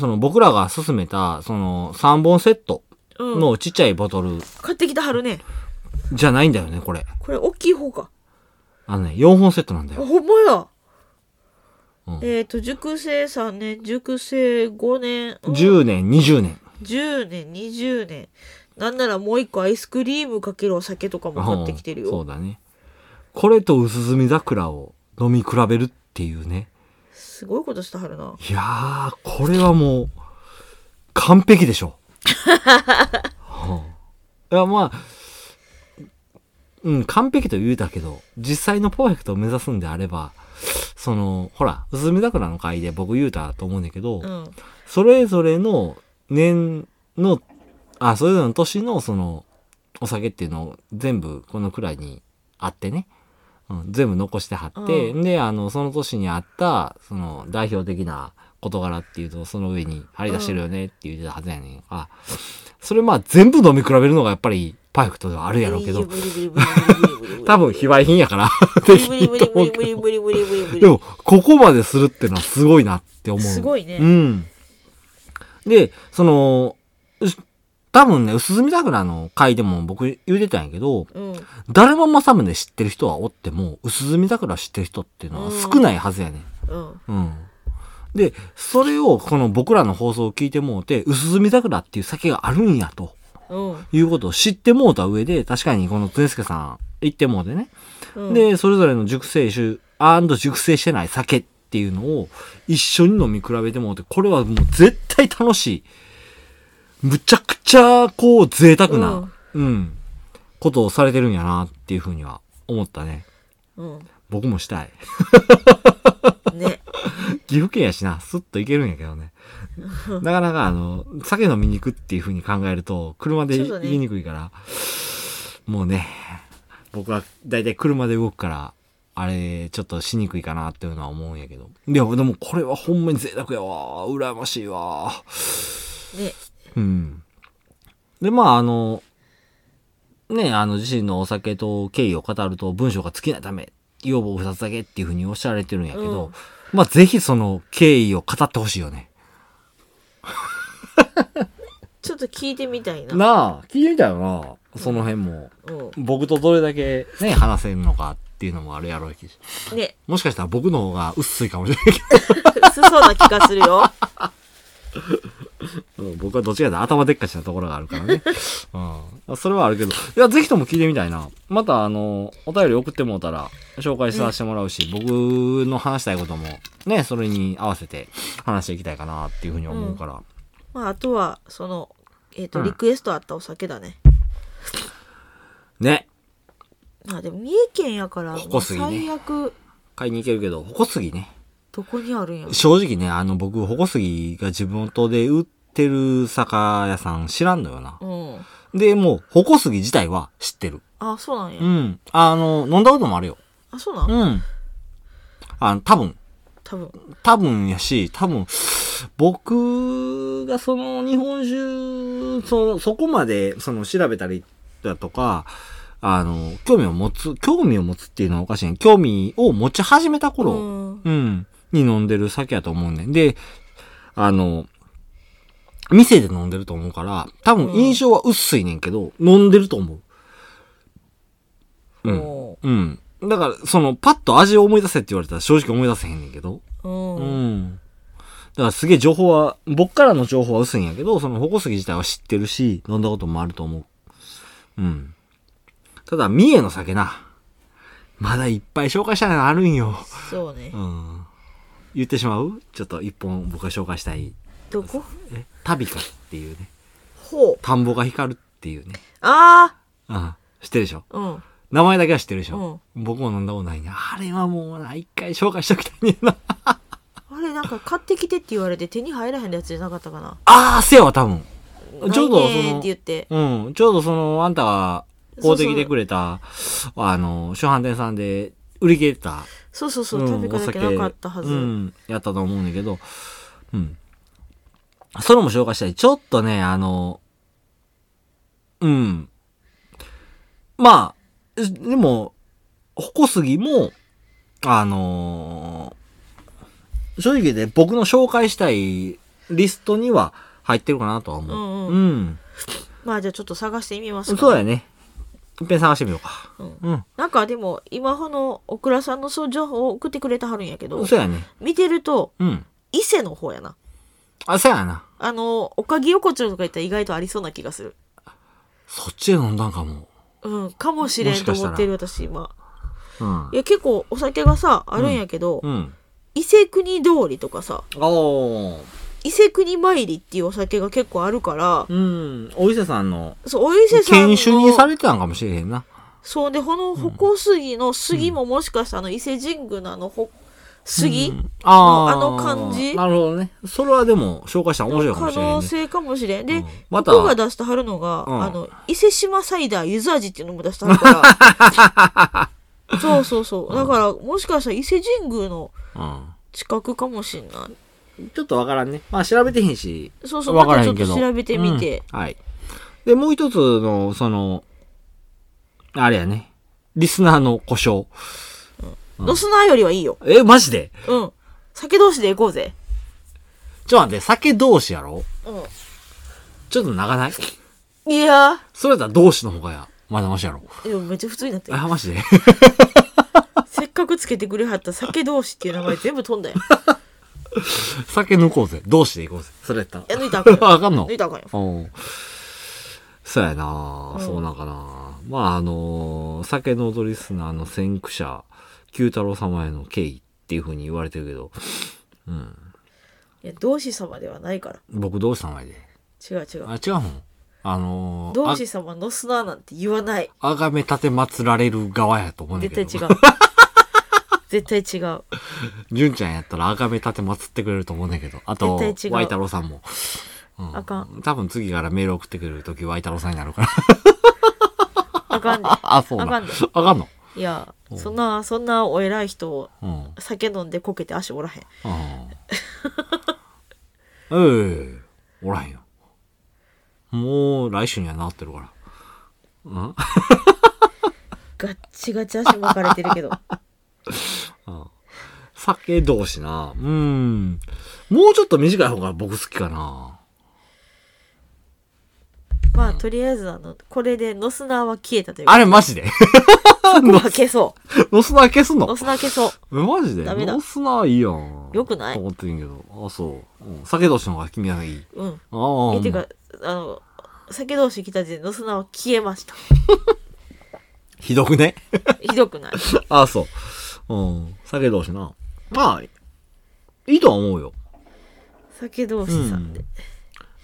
[SPEAKER 1] その僕らが勧めたその3本セット
[SPEAKER 2] うん、
[SPEAKER 1] のちっちゃいボトル
[SPEAKER 2] 買ってきたはるね
[SPEAKER 1] じゃないんだよねこれ
[SPEAKER 2] これ大きい方か
[SPEAKER 1] あのね4本セットなんだ
[SPEAKER 2] あ
[SPEAKER 1] よ
[SPEAKER 2] ほんまや、
[SPEAKER 1] うん
[SPEAKER 2] えっ、と熟成3年熟成5年、うん
[SPEAKER 1] 10年20年
[SPEAKER 2] 10年20年なんならもう一個アイスクリームかけるお酒とかも買ってきてる
[SPEAKER 1] うんそ
[SPEAKER 2] よ
[SPEAKER 1] うだねこれと薄墨桜を飲み比べるっていうね
[SPEAKER 2] すごいことしたはるない
[SPEAKER 1] やーこれはもう完璧でしょ、はあ、いやまあうん完璧と言うだけど実際のパーフェクトを目指すんであればそのほら薄見桜の回で僕言うたと思うんだけど、
[SPEAKER 2] うん
[SPEAKER 1] それぞれの年のあそれぞれの年のそのお酒っていうのを全部このくらいにあってね、うん、全部残してはって、
[SPEAKER 2] う
[SPEAKER 1] であのその年にあったその代表的な事柄っていうと、その上に張り出してるよねって言ってたはずやねんが、それまあ全部飲み比べるのがやっぱりパーフェクトではあるやろうけど、多分非売品やから、できると思うけど。でも、ここまでするってのはすごいなって思う。
[SPEAKER 2] すごいね
[SPEAKER 1] うん。で、その、うし多分ね、薄墨桜の回でも僕言うてたんやけど、誰もまさむね知ってる人はおっても、薄墨桜知ってる人っていうのは少ないはずやねん。うん。で、それをこの僕らの放送を聞いてもうて、薄墨桜っていう酒があるんやと。いうことを知ってもうた上で、確かにこの常助さん言ってもうてね、で、それぞれの熟成酒熟成してない酒っていうのを一緒に飲み比べてもらって、これはもう絶対楽しい。むちゃくちゃ、こう、贅沢な、うん、ことをされてるんやなっていうふうには思ったね。僕もしたい。
[SPEAKER 2] ね
[SPEAKER 1] 岐阜県やしな、スッと行けるんやけどね。なかなか、あの、酒飲みに行くっていうふうに考えると、車で
[SPEAKER 2] ちょっと
[SPEAKER 1] 行
[SPEAKER 2] ね
[SPEAKER 1] きにくいから、もうね、僕は大体車で動くから、あれ、ちょっとしにくいかなっていうのは思うんやけど。いや、でもこれはほんまに贅沢やわ。羨ましいわ。
[SPEAKER 2] ね
[SPEAKER 1] うん。で、まあ、あの、ね、あの、自身のお酒と経緯を語ると、文章が尽きないため、要望2つだけっていうふうにおっしゃられてるんやけど、まあ、ぜひその経緯を語ってほしいよね。
[SPEAKER 2] ちょっと聞いてみたいな
[SPEAKER 1] なあ、聞いてみたよな。その辺も。
[SPEAKER 2] うん
[SPEAKER 1] 僕とどれだけね、話せるのかっていうのもあるやろうし。
[SPEAKER 2] ね
[SPEAKER 1] もしかしたら僕の方が薄いかもしれないけ
[SPEAKER 2] 薄そうな気がするよ
[SPEAKER 1] ど、うん僕はどっちかというと頭でっかちなところがあるから ね。うん。それはあるけど。いや、ぜひとも聞いてみたいな。また、あの、お便り送ってもうたら、紹介させてもらうし、僕の話したいことも、ね、それに合わせて話していきたいかなっていうふうに思うから。
[SPEAKER 2] まああとはそのえっ、と、
[SPEAKER 1] うん
[SPEAKER 2] リクエストあったお酒だね
[SPEAKER 1] ね。
[SPEAKER 2] あでも三重県やから
[SPEAKER 1] ここ杉ね
[SPEAKER 2] もう最悪
[SPEAKER 1] 買いに行けるけど、こすぎね。
[SPEAKER 2] どこにあるんやろ
[SPEAKER 1] 正直ね、あの僕、矛杉が自分とで売ってる酒屋さん知らんのよな。
[SPEAKER 2] うん
[SPEAKER 1] で、もう、矛杉自体は知ってる。
[SPEAKER 2] あそうなんや、
[SPEAKER 1] うん。あの、飲んだこともあるよ。
[SPEAKER 2] あそうなん、
[SPEAKER 1] うん。あの、多分、
[SPEAKER 2] 多分
[SPEAKER 1] 多分やし、多分、僕がその日本酒、そ、そこまで、その調べたりだとか、あの、興味を持つ、興味を持つっていうのはおかしいね。興味を持ち始めた頃、
[SPEAKER 2] うん
[SPEAKER 1] うん。に飲んでる酒やと思うねん。で、あの、店で飲んでると思うから、多分印象は薄いねんけど、飲んでると思う。うん。
[SPEAKER 2] も
[SPEAKER 1] うん。だから、その、パッと味を思い出せって言われたら正直思い出せへんねんけど。
[SPEAKER 2] う
[SPEAKER 1] う
[SPEAKER 2] うん
[SPEAKER 1] ん。だからすげえ情報は、僕からの情報は薄いんやけど、その矛杉自体は知ってるし、飲んだこともあると思う。うん。ただ、三重の酒な。まだいっぱい紹介したいのあるんよ。
[SPEAKER 2] そうね
[SPEAKER 1] うん言ってしまうちょっと一本僕が紹介したい
[SPEAKER 2] どこ
[SPEAKER 1] えタビカっていうね
[SPEAKER 2] ほう
[SPEAKER 1] 田んぼが光るっていうね
[SPEAKER 2] あ
[SPEAKER 1] うん知ってるでしょ
[SPEAKER 2] あうん
[SPEAKER 1] 名前だけは知ってるでしょ、僕も飲んだことないねあれはもうな一回紹介しときたいねんな
[SPEAKER 2] あれなんか買ってきてって言われて手に入らへんやつじゃなかったかな
[SPEAKER 1] ああせやわ多分ち
[SPEAKER 2] ち
[SPEAKER 1] ょ
[SPEAKER 2] ょ
[SPEAKER 1] うど
[SPEAKER 2] うど
[SPEAKER 1] その
[SPEAKER 2] って言って
[SPEAKER 1] うんちょうどそのあんたが買うてきてくれたあの初販店さんで売り切れてた
[SPEAKER 2] そうそうそう、
[SPEAKER 1] ん
[SPEAKER 2] 食べ方だけなかったはず、
[SPEAKER 1] うん、やったと思うんだけど、うん。それも紹介したい。ちょっとね、あの、うん。まあ、えでも、矛杉も、あのー正直で僕の紹介したいリストには入ってるかなとは思う。、
[SPEAKER 2] うんまあじゃあちょっと探してみますか
[SPEAKER 1] そうだよね。いっぺん探してみようか。
[SPEAKER 2] うん
[SPEAKER 1] うん。
[SPEAKER 2] なんかでも今ほのオクラさんのそう情報を送ってくれてはるんやけど
[SPEAKER 1] そうやね。
[SPEAKER 2] 見てると
[SPEAKER 1] うん。
[SPEAKER 2] 伊勢の方やな
[SPEAKER 1] あ、そうやな。
[SPEAKER 2] あのおかぎ横丁とか行ったら意外とありそうな気がする
[SPEAKER 1] そっちで飲んだんかも。
[SPEAKER 2] うんかもしれんと思ってる私今
[SPEAKER 1] うん
[SPEAKER 2] い。や結構お酒がさあるんやけど、
[SPEAKER 1] うん。
[SPEAKER 2] 伊勢国通りとかさ
[SPEAKER 1] おー。
[SPEAKER 2] 伊勢国参りっていうお酒が結構あるから、
[SPEAKER 1] うん。お伊勢さんの
[SPEAKER 2] そうお伊勢さんの
[SPEAKER 1] 研修にされてたんかもしれへんな。
[SPEAKER 2] そうでこの鉾杉の杉ももしかしたらあの伊勢神宮のあのほ杉、
[SPEAKER 1] うんあー
[SPEAKER 2] あの感じ
[SPEAKER 1] なるほどね。それはでも紹介したら面白いかも
[SPEAKER 2] 可
[SPEAKER 1] しれへん
[SPEAKER 2] 能
[SPEAKER 1] ね。
[SPEAKER 2] 性かもしれん。で、
[SPEAKER 1] うん
[SPEAKER 2] こ
[SPEAKER 1] また
[SPEAKER 2] こが出してはるのが、
[SPEAKER 1] うん
[SPEAKER 2] あの、伊勢島サイダーゆず味っていうのも出してはる から。そうそうそう。だから、もしかしたら伊勢神宮の
[SPEAKER 1] うん。
[SPEAKER 2] 近くかもしんない。
[SPEAKER 1] ちょっとわからんね。まあ調べてへんし。
[SPEAKER 2] そうそう、
[SPEAKER 1] わ
[SPEAKER 2] ま
[SPEAKER 1] から
[SPEAKER 2] た
[SPEAKER 1] へ
[SPEAKER 2] ちょ
[SPEAKER 1] ん
[SPEAKER 2] っ
[SPEAKER 1] け
[SPEAKER 2] と
[SPEAKER 1] ど。
[SPEAKER 2] 調べてみて。
[SPEAKER 1] うんはい。で、もう一つの、その、あれやね。リスナーの故障。
[SPEAKER 2] ロスナーよりはいいよ。
[SPEAKER 1] え、マジで
[SPEAKER 2] うん。酒同士で行こうぜ。
[SPEAKER 1] ちょっと待って、酒同士やろ
[SPEAKER 2] う
[SPEAKER 1] ちょっと長ない
[SPEAKER 2] ん。いや
[SPEAKER 1] それやったら同士の方がや。まだマシやろ。
[SPEAKER 2] ー、でもめっちゃ普通になってる。
[SPEAKER 1] あ、マジで
[SPEAKER 2] せっかくつけてくれはった酒同士っていう名前全部飛ん だよ。
[SPEAKER 1] 酒抜こうぜ。同士で行こうぜ。それやった
[SPEAKER 2] いや、
[SPEAKER 1] ら。
[SPEAKER 2] 抜いたらあかんよ。
[SPEAKER 1] あかんの
[SPEAKER 2] 抜いたらあかんよ。
[SPEAKER 1] うん。そうやな、
[SPEAKER 2] うん
[SPEAKER 1] そうなんかなまああのー酒の踊りスナーの先駆者、九太郎様への敬意っていうふうに言われてるけど、うん。
[SPEAKER 2] いや、同志様ではないから。
[SPEAKER 1] 僕同志様やで。
[SPEAKER 2] 違う違う。
[SPEAKER 1] あ、違うもん。あのー
[SPEAKER 2] 同志様のスナーなんて言わない。
[SPEAKER 1] あがめ立て祀られる側やと思うんだ
[SPEAKER 2] 絶
[SPEAKER 1] けど。
[SPEAKER 2] 対 違う。絶対違う。
[SPEAKER 1] 純ちゃんやったらあがめ立て祀ってくれると思うんだけど。あと、ワイ
[SPEAKER 2] 絶対違う
[SPEAKER 1] 太郎さんも。うん
[SPEAKER 2] あか
[SPEAKER 1] 多分次からメール送ってくれるとき、ワイ太郎さんになるから。
[SPEAKER 2] あかん で。
[SPEAKER 1] あ、そうなん
[SPEAKER 2] あかんで
[SPEAKER 1] あかんの。
[SPEAKER 2] いや、そんな、そんなお偉い人を
[SPEAKER 1] うん。うん
[SPEAKER 2] 酒飲んでこけて足おらへん。。
[SPEAKER 1] ええおらへんよ。もう、来週にはなってるから。
[SPEAKER 2] ガッチガチ足巻かれてる けど。
[SPEAKER 1] 酒同士な。うん。もうちょっと短い方が僕好きかな。
[SPEAKER 2] まあ、とりあえず、あの、これでノスナーは消えたという
[SPEAKER 1] あ
[SPEAKER 2] か、
[SPEAKER 1] れマジで
[SPEAKER 2] は消そ
[SPEAKER 1] ロスナー消す
[SPEAKER 2] う。
[SPEAKER 1] の
[SPEAKER 2] ノスナー消そう。
[SPEAKER 1] えマジで
[SPEAKER 2] ダメだ
[SPEAKER 1] ロスナーいいやん。
[SPEAKER 2] よくない
[SPEAKER 1] と思ってんけど。あ、そう。うん、酒同士の方が君はいい。
[SPEAKER 2] うん。
[SPEAKER 1] ああ。
[SPEAKER 2] え、てか、あの、酒同士来た時点でノスナーは消えま した。
[SPEAKER 1] ひどくね
[SPEAKER 2] ひどくない。
[SPEAKER 1] ああ、そう。うん。酒同士な。まあ、いいとは思うよ。
[SPEAKER 2] 酒同士さんで。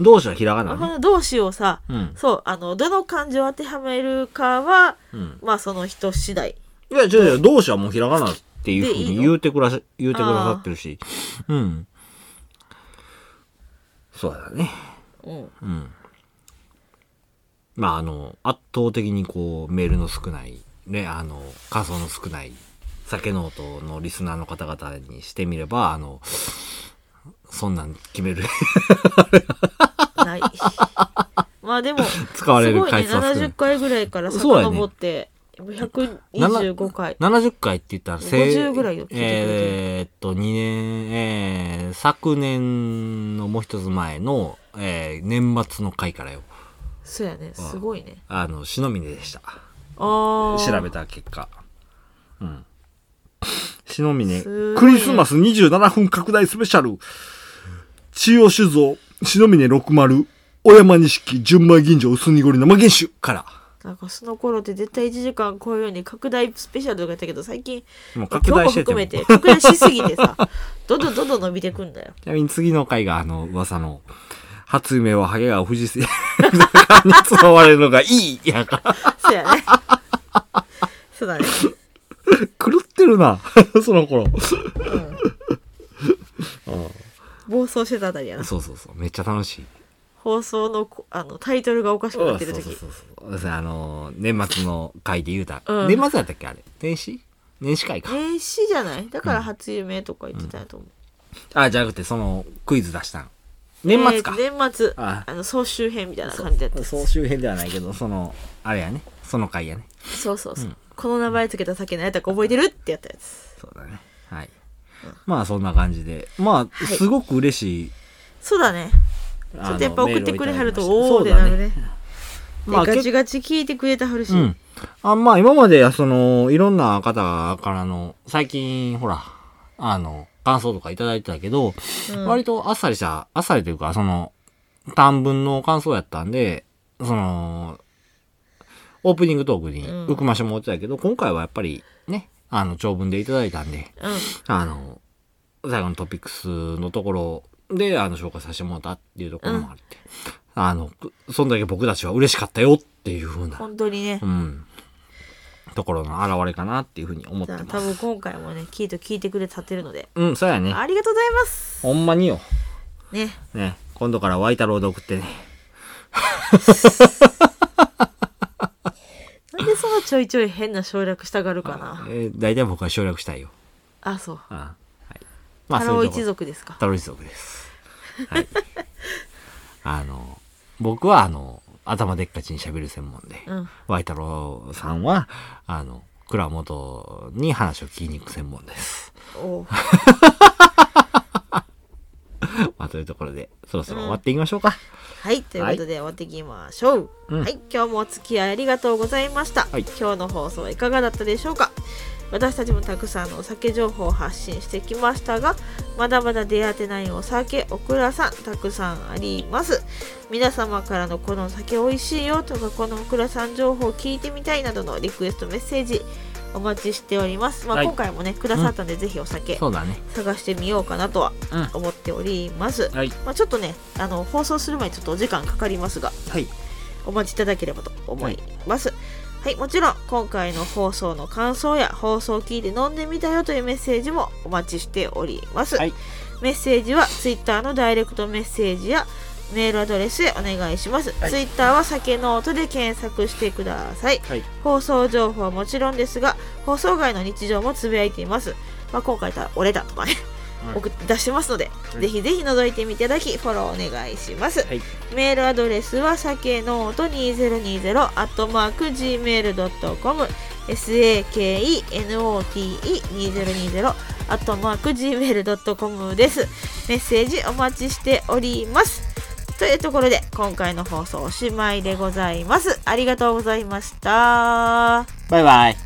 [SPEAKER 1] 同士はひらが
[SPEAKER 2] まあ
[SPEAKER 1] な
[SPEAKER 2] こ
[SPEAKER 1] ね。
[SPEAKER 2] の同士をさ、
[SPEAKER 1] うん。
[SPEAKER 2] そう、あの、どの漢字を当てはめるかは、
[SPEAKER 1] うん。
[SPEAKER 2] まあ、その人次第。
[SPEAKER 1] いや、違う違う、同士はもうひらがなっていうふう
[SPEAKER 2] でいい
[SPEAKER 1] に
[SPEAKER 2] の
[SPEAKER 1] 言うてくらし、言うてくださってるし。うん。そうだね。
[SPEAKER 2] うん。
[SPEAKER 1] うん。まあ、あの、圧倒的にこう、メールの少ない、ね、あの、仮想の少ない、酒ノートのリスナーの方々にしてみれば、あの、そんなん決める、
[SPEAKER 2] ない。 まあ、でも、
[SPEAKER 1] 使われ
[SPEAKER 2] す
[SPEAKER 1] る
[SPEAKER 2] ごいね
[SPEAKER 1] 回数は少な
[SPEAKER 2] 70
[SPEAKER 1] い。
[SPEAKER 2] 回ぐらいから
[SPEAKER 1] そうやね
[SPEAKER 2] 遡って、125回
[SPEAKER 1] 70回って言ったら、せい
[SPEAKER 2] 50ぐらいを聞いてくれてる
[SPEAKER 1] えーっと、2年、えー昨年のもう一つ前の、えー年末の回からよ。
[SPEAKER 2] そうやねすごいね
[SPEAKER 1] あの、篠峰でした。
[SPEAKER 2] ああ
[SPEAKER 1] 調べた結果。うん。 篠峰、
[SPEAKER 2] すごい
[SPEAKER 1] クリスマス27分拡大スペシャル。中央酒造、篠峰60、小山錦、純米吟醸、薄濁り生原酒から。
[SPEAKER 2] なんかその頃って絶対1時間超えるように拡大スペシャルとかやったけど最近
[SPEAKER 1] もう
[SPEAKER 2] 今
[SPEAKER 1] 拡
[SPEAKER 2] 日も
[SPEAKER 1] 大してて
[SPEAKER 2] 含
[SPEAKER 1] も
[SPEAKER 2] めて拡大しすぎてさどんどんどんどん伸びてく んだよ
[SPEAKER 1] ちなみに次の回があの噂の、初夢はハゲが富士山に 使われるのがいいやから。
[SPEAKER 2] そうやねそうだね
[SPEAKER 1] 狂ってるな、 その頃。
[SPEAKER 2] 暴走してたあたりやな
[SPEAKER 1] そうそうそう、めっちゃ楽しい。
[SPEAKER 2] 放送のこあのタイトルがおかしくなってる
[SPEAKER 1] そうそ
[SPEAKER 2] 時
[SPEAKER 1] うそうそうそうあのー年末の回で言うた、
[SPEAKER 2] うん
[SPEAKER 1] 年末やったっけあれ年始年始会か、
[SPEAKER 2] 年始じゃないだから初夢とか言ってたんやと思う、
[SPEAKER 1] あじゃなくてそのクイズ出したん年末か、
[SPEAKER 2] えー年末
[SPEAKER 1] あ
[SPEAKER 2] あの総集編みたいな感じだった
[SPEAKER 1] 総集編ではないけどそのあれやねその回やね
[SPEAKER 2] そうそうそう、この名前つけた酒何やったか覚えてるってやったやつ
[SPEAKER 1] そうだねはい、まあそんな感じでまあ
[SPEAKER 2] い
[SPEAKER 1] すごく嬉しい、
[SPEAKER 2] そうだね
[SPEAKER 1] あ
[SPEAKER 2] ちょ
[SPEAKER 1] の
[SPEAKER 2] っとやっぱ
[SPEAKER 1] メー
[SPEAKER 2] 送っ
[SPEAKER 1] ルを
[SPEAKER 2] てくれはると
[SPEAKER 1] いただきました
[SPEAKER 2] おおーってなるね
[SPEAKER 1] まあ
[SPEAKER 2] でガ
[SPEAKER 1] 結
[SPEAKER 2] チガチ聞いてくれたはるし、
[SPEAKER 1] うん。あまあ、今まで、その、いろんな方からの、最近、ほら、あの、感想とかいただいてたけど、
[SPEAKER 2] うん
[SPEAKER 1] 割とあっさりした、あっさりというか、その、短文の感想やったんで、その、オープニングトークに
[SPEAKER 2] うん
[SPEAKER 1] 含ましてもらってたけど、今回はやっぱり、ね、あの、長文でいただいたんで、
[SPEAKER 2] うん
[SPEAKER 1] あの、最後のトピックスのところで、あの、紹介させてもらったっていうところもあって、あの、そんだけ僕たちは嬉しかったよっていうふうな、
[SPEAKER 2] 本当にね、
[SPEAKER 1] うん、ところの表れかなっていうふうに思っ
[SPEAKER 2] じ
[SPEAKER 1] て
[SPEAKER 2] ゃ
[SPEAKER 1] ま
[SPEAKER 2] あ多
[SPEAKER 1] す。
[SPEAKER 2] 分今回もねきっと聞いてくれたってるので
[SPEAKER 1] うん、そうやね。
[SPEAKER 2] ありがとうございます
[SPEAKER 1] ほんまによ。
[SPEAKER 2] ね
[SPEAKER 1] ね、今度からワイ太郎で送ってね。
[SPEAKER 2] なんでそのちょいちょい変な省略したがるかな
[SPEAKER 1] えー大体僕は省略したいよ。
[SPEAKER 2] あそう
[SPEAKER 1] うんはい。まあ
[SPEAKER 2] 太
[SPEAKER 1] そうい
[SPEAKER 2] 郎
[SPEAKER 1] うとこ
[SPEAKER 2] 一族ですか
[SPEAKER 1] 太郎一族です。はい。 あの、僕はあの、頭でっかちに喋る専門で、
[SPEAKER 2] うん
[SPEAKER 1] ワイ太郎さんは、あの、蔵元に話を聞きに行く専門です。
[SPEAKER 2] おう
[SPEAKER 1] まあ、というところで、そろそろ終わっていきましょうか。
[SPEAKER 2] はいということで終わっていきましょう、
[SPEAKER 1] うん
[SPEAKER 2] はい今日もお付き合いありがとうございました、
[SPEAKER 1] はい
[SPEAKER 2] 今日の放送はいかがだったでしょうか私たちもたくさんのお酒情報を発信してきましたがまだまだ出会ってないお酒オクラさんたくさんあります皆様からのこのお酒美味しいよとかこのオクラさん情報を聞いてみたいなどのリクエストメッセージお待ちしております、まあ
[SPEAKER 1] はい
[SPEAKER 2] 今回もねくださったんで、ぜひお酒
[SPEAKER 1] そうだね。
[SPEAKER 2] 探してみようかなとは思っております、
[SPEAKER 1] はい。
[SPEAKER 2] まあ、ちょっとねあの放送する前にちょっとお時間かかりますが
[SPEAKER 1] はい。
[SPEAKER 2] お待ちいただければと思いますはい、もちろん今回の放送の感想や放送を聞いて飲んでみたよというメッセージもお待ちしております、
[SPEAKER 1] はい
[SPEAKER 2] メッセージは Twitter のダイレクトメッセージやメールアドレスへお願いします、
[SPEAKER 1] はい
[SPEAKER 2] Twitter は酒ノートで検索してください
[SPEAKER 1] はい。
[SPEAKER 2] 放送情報はもちろんですが放送外の日常もつぶやいています、まあ、今回だ俺だとかね、
[SPEAKER 1] はい
[SPEAKER 2] 送って出してますので、
[SPEAKER 1] い
[SPEAKER 2] ぜひぜひ覗いてみていただきフォローお願いします、
[SPEAKER 1] はい。
[SPEAKER 2] メールアドレスはさけのーと2020アットマーク Gmail.com sakenote2020 アットマーク Gmail.com ですメッセージお待ちしておりますというところで今回の放送おしまいでございますありがとうございました
[SPEAKER 1] バイバイ。